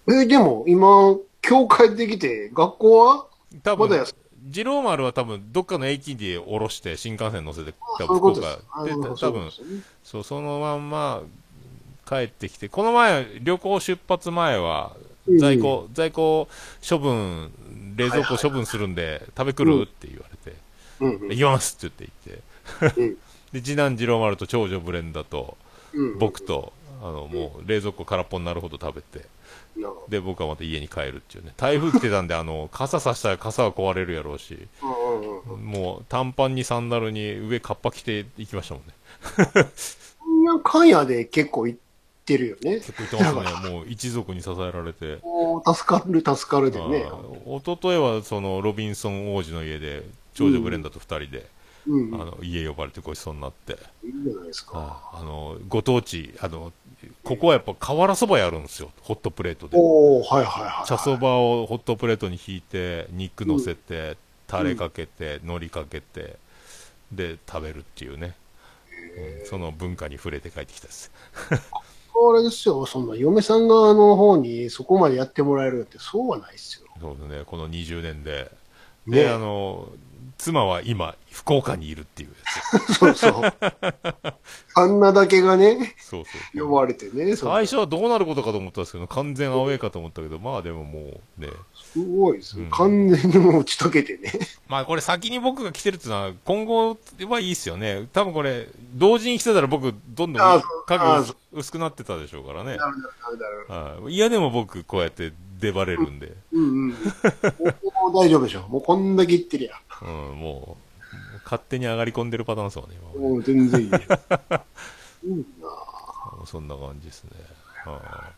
[SPEAKER 1] えーでも、今、今日帰ってきて、学校は
[SPEAKER 2] 多
[SPEAKER 1] ま
[SPEAKER 2] 分、
[SPEAKER 1] だや
[SPEAKER 2] 二郎丸は多分、どっかの AT で降ろして、新幹線乗せて、多
[SPEAKER 1] そう
[SPEAKER 2] 分
[SPEAKER 1] いう
[SPEAKER 2] 福
[SPEAKER 1] こと
[SPEAKER 2] 岡
[SPEAKER 1] です。あ
[SPEAKER 2] で、
[SPEAKER 1] の
[SPEAKER 2] 多
[SPEAKER 1] そう
[SPEAKER 2] 分、
[SPEAKER 1] ですよね
[SPEAKER 2] そう、そのまんま帰ってきて、この前、旅行出発前は、
[SPEAKER 1] うん
[SPEAKER 2] 在庫、在庫処分、冷蔵庫処分するんで、食べ来るって言われて、
[SPEAKER 1] うんうん
[SPEAKER 2] 行きますって言って行って、
[SPEAKER 1] うん
[SPEAKER 2] で、次男二郎丸と長女ブレンダと、
[SPEAKER 1] うんうん
[SPEAKER 2] 僕と、あの、もう冷蔵庫空っぽになるほど食べて、
[SPEAKER 1] なるほ
[SPEAKER 2] で、僕はまた家に帰るっていうね。台風来てたんで、あの、傘さしたら傘は壊れるやろうし、
[SPEAKER 1] どうんうん
[SPEAKER 2] もう短パンにサンダルに上カッパ着ていきましたもんね。
[SPEAKER 1] うんなんやかんやで結構行ってるよね。
[SPEAKER 2] 結構行ってますね。もう一族に支えられて。
[SPEAKER 1] おー助かる、助かるでね
[SPEAKER 2] あ。ー一昨日はそのロビンソン王子の家で長女ブレンダと二人で、
[SPEAKER 1] うん
[SPEAKER 2] あ。の家呼ばれてごちそうになって、
[SPEAKER 1] いいじゃないですか。
[SPEAKER 2] あーあのご当地あのここはやっぱ瓦そばやるんですよホットプレートで
[SPEAKER 1] おおはいはいはい。
[SPEAKER 2] 茶そばをホットプレートに引いて肉乗せてタレかけて海苔かけてで食べるっていうね、うんその文化に触れて帰ってきたです
[SPEAKER 1] あれですよ、そんな嫁さん側の方にそこまでやってもらえるってそうはないですよ。
[SPEAKER 2] そうですね、この20年で。
[SPEAKER 1] ね
[SPEAKER 2] で、あの、妻は今、福岡にいるっていうや
[SPEAKER 1] そ うそう。あんなだけがね、
[SPEAKER 2] つ。そうそう。
[SPEAKER 1] 呼ばれてね、そ
[SPEAKER 2] 最
[SPEAKER 1] う
[SPEAKER 2] 初はどうなることかと思ったんですけど、完全アウェーかと思ったけど、まあでももうね。
[SPEAKER 1] すごいですよ
[SPEAKER 2] うん
[SPEAKER 1] 完全にもう打ち解け てね。
[SPEAKER 2] まあこれ先に僕が来てるっていうのは、今後はいいっすよね。多分これ、同時に来てたら僕、どんど
[SPEAKER 1] あ
[SPEAKER 2] ん
[SPEAKER 1] ーそうあー
[SPEAKER 2] 影
[SPEAKER 1] そ
[SPEAKER 2] 薄薄くなってたでしょうからね。
[SPEAKER 1] なるなるなる。
[SPEAKER 2] はい。いやでも僕、こうやって出ばれるんで、
[SPEAKER 1] うんうん。もう大丈夫でしょ。もうこんだけ言ってりゃ。
[SPEAKER 2] うん、もう、勝手に上がり込んでるパターンですもんね、今はね
[SPEAKER 1] もう全然いいよ。いいな
[SPEAKER 2] そんな感じですね。はい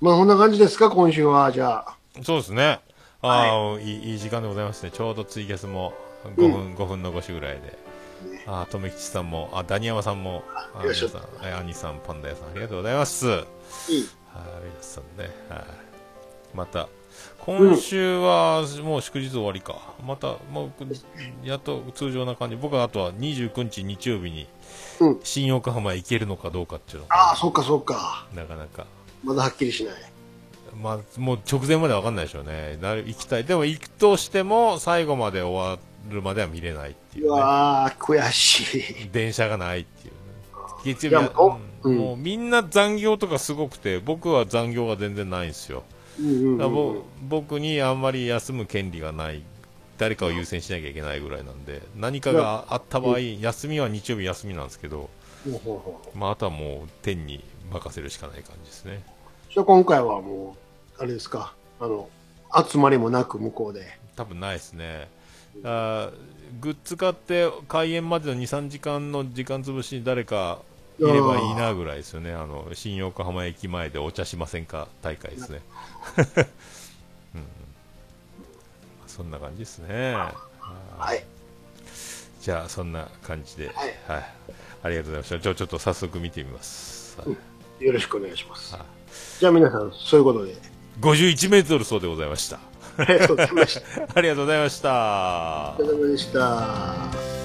[SPEAKER 1] まあこんな感じですか、今週は。じゃあ。
[SPEAKER 2] そうですね。ああ、いい、いい時間でございますね。ちょうどツイキャスも5分、5分残しぐらいで。ああ、とめきちさんも、あ、ダニヤマさんも、あ
[SPEAKER 1] いらっしゃ
[SPEAKER 2] 皆
[SPEAKER 1] っ
[SPEAKER 2] さ
[SPEAKER 1] た
[SPEAKER 2] ん、え兄さん、パンダ屋さん、ありがとうございます。はい、
[SPEAKER 1] いい。
[SPEAKER 2] 皆さんね。はい。また、今週は、もう祝日終わりか。また、もう、やっと通常な感じ。僕はあとは29日日曜日に
[SPEAKER 1] うん、
[SPEAKER 2] 新横浜へ行けるのかどうかっていうのが、
[SPEAKER 1] ああ、そっかそっか。
[SPEAKER 2] なかなか。
[SPEAKER 1] まだはっきりしない。
[SPEAKER 2] まあ、もう直前まで分かんないでしょうね、なる行きたい、でも行くとしても、最後まで終わるまでは見れないっていうう、ね、
[SPEAKER 1] わあ、悔しい。
[SPEAKER 2] 電車がないっていう、ね、月曜
[SPEAKER 1] い
[SPEAKER 2] 日
[SPEAKER 1] やも
[SPEAKER 2] は、
[SPEAKER 1] う
[SPEAKER 2] うん
[SPEAKER 1] うん
[SPEAKER 2] もうみんな残業とかすごくて、僕は残業が全然ないんですよ、
[SPEAKER 1] うんうん
[SPEAKER 2] だから
[SPEAKER 1] うんう
[SPEAKER 2] ぼ
[SPEAKER 1] ん。
[SPEAKER 2] 僕にあんまり休む権利がない、誰かを優先しなきゃいけないぐらいなんで、何かがあった場合、休みは日曜日休みなんですけど、
[SPEAKER 1] ほうほうほう
[SPEAKER 2] まあ、あとはもう天に任せるしかない感じですね、
[SPEAKER 1] じゃあ今回はもう、あれですか、あの、集まりもなく向こうで。
[SPEAKER 2] 多分ないですねあーグッズ買って開演までの23時間の時間潰しに誰かいればいいなぐらいですよねあの新横浜駅前でお茶しませんか大会ですね、 うんうん、そんな感じですね
[SPEAKER 1] は。
[SPEAKER 2] はいじゃあそんな感じで、はいありがとうございましたじゃあちょっと早速見てみます、はい
[SPEAKER 1] よろしくお願いします
[SPEAKER 2] はい。
[SPEAKER 1] じゃあ皆さん、そういうことで。
[SPEAKER 2] 51メートル走でございました。
[SPEAKER 1] ありがとうございました。
[SPEAKER 2] ありがとうございました
[SPEAKER 1] お疲。れ様でした。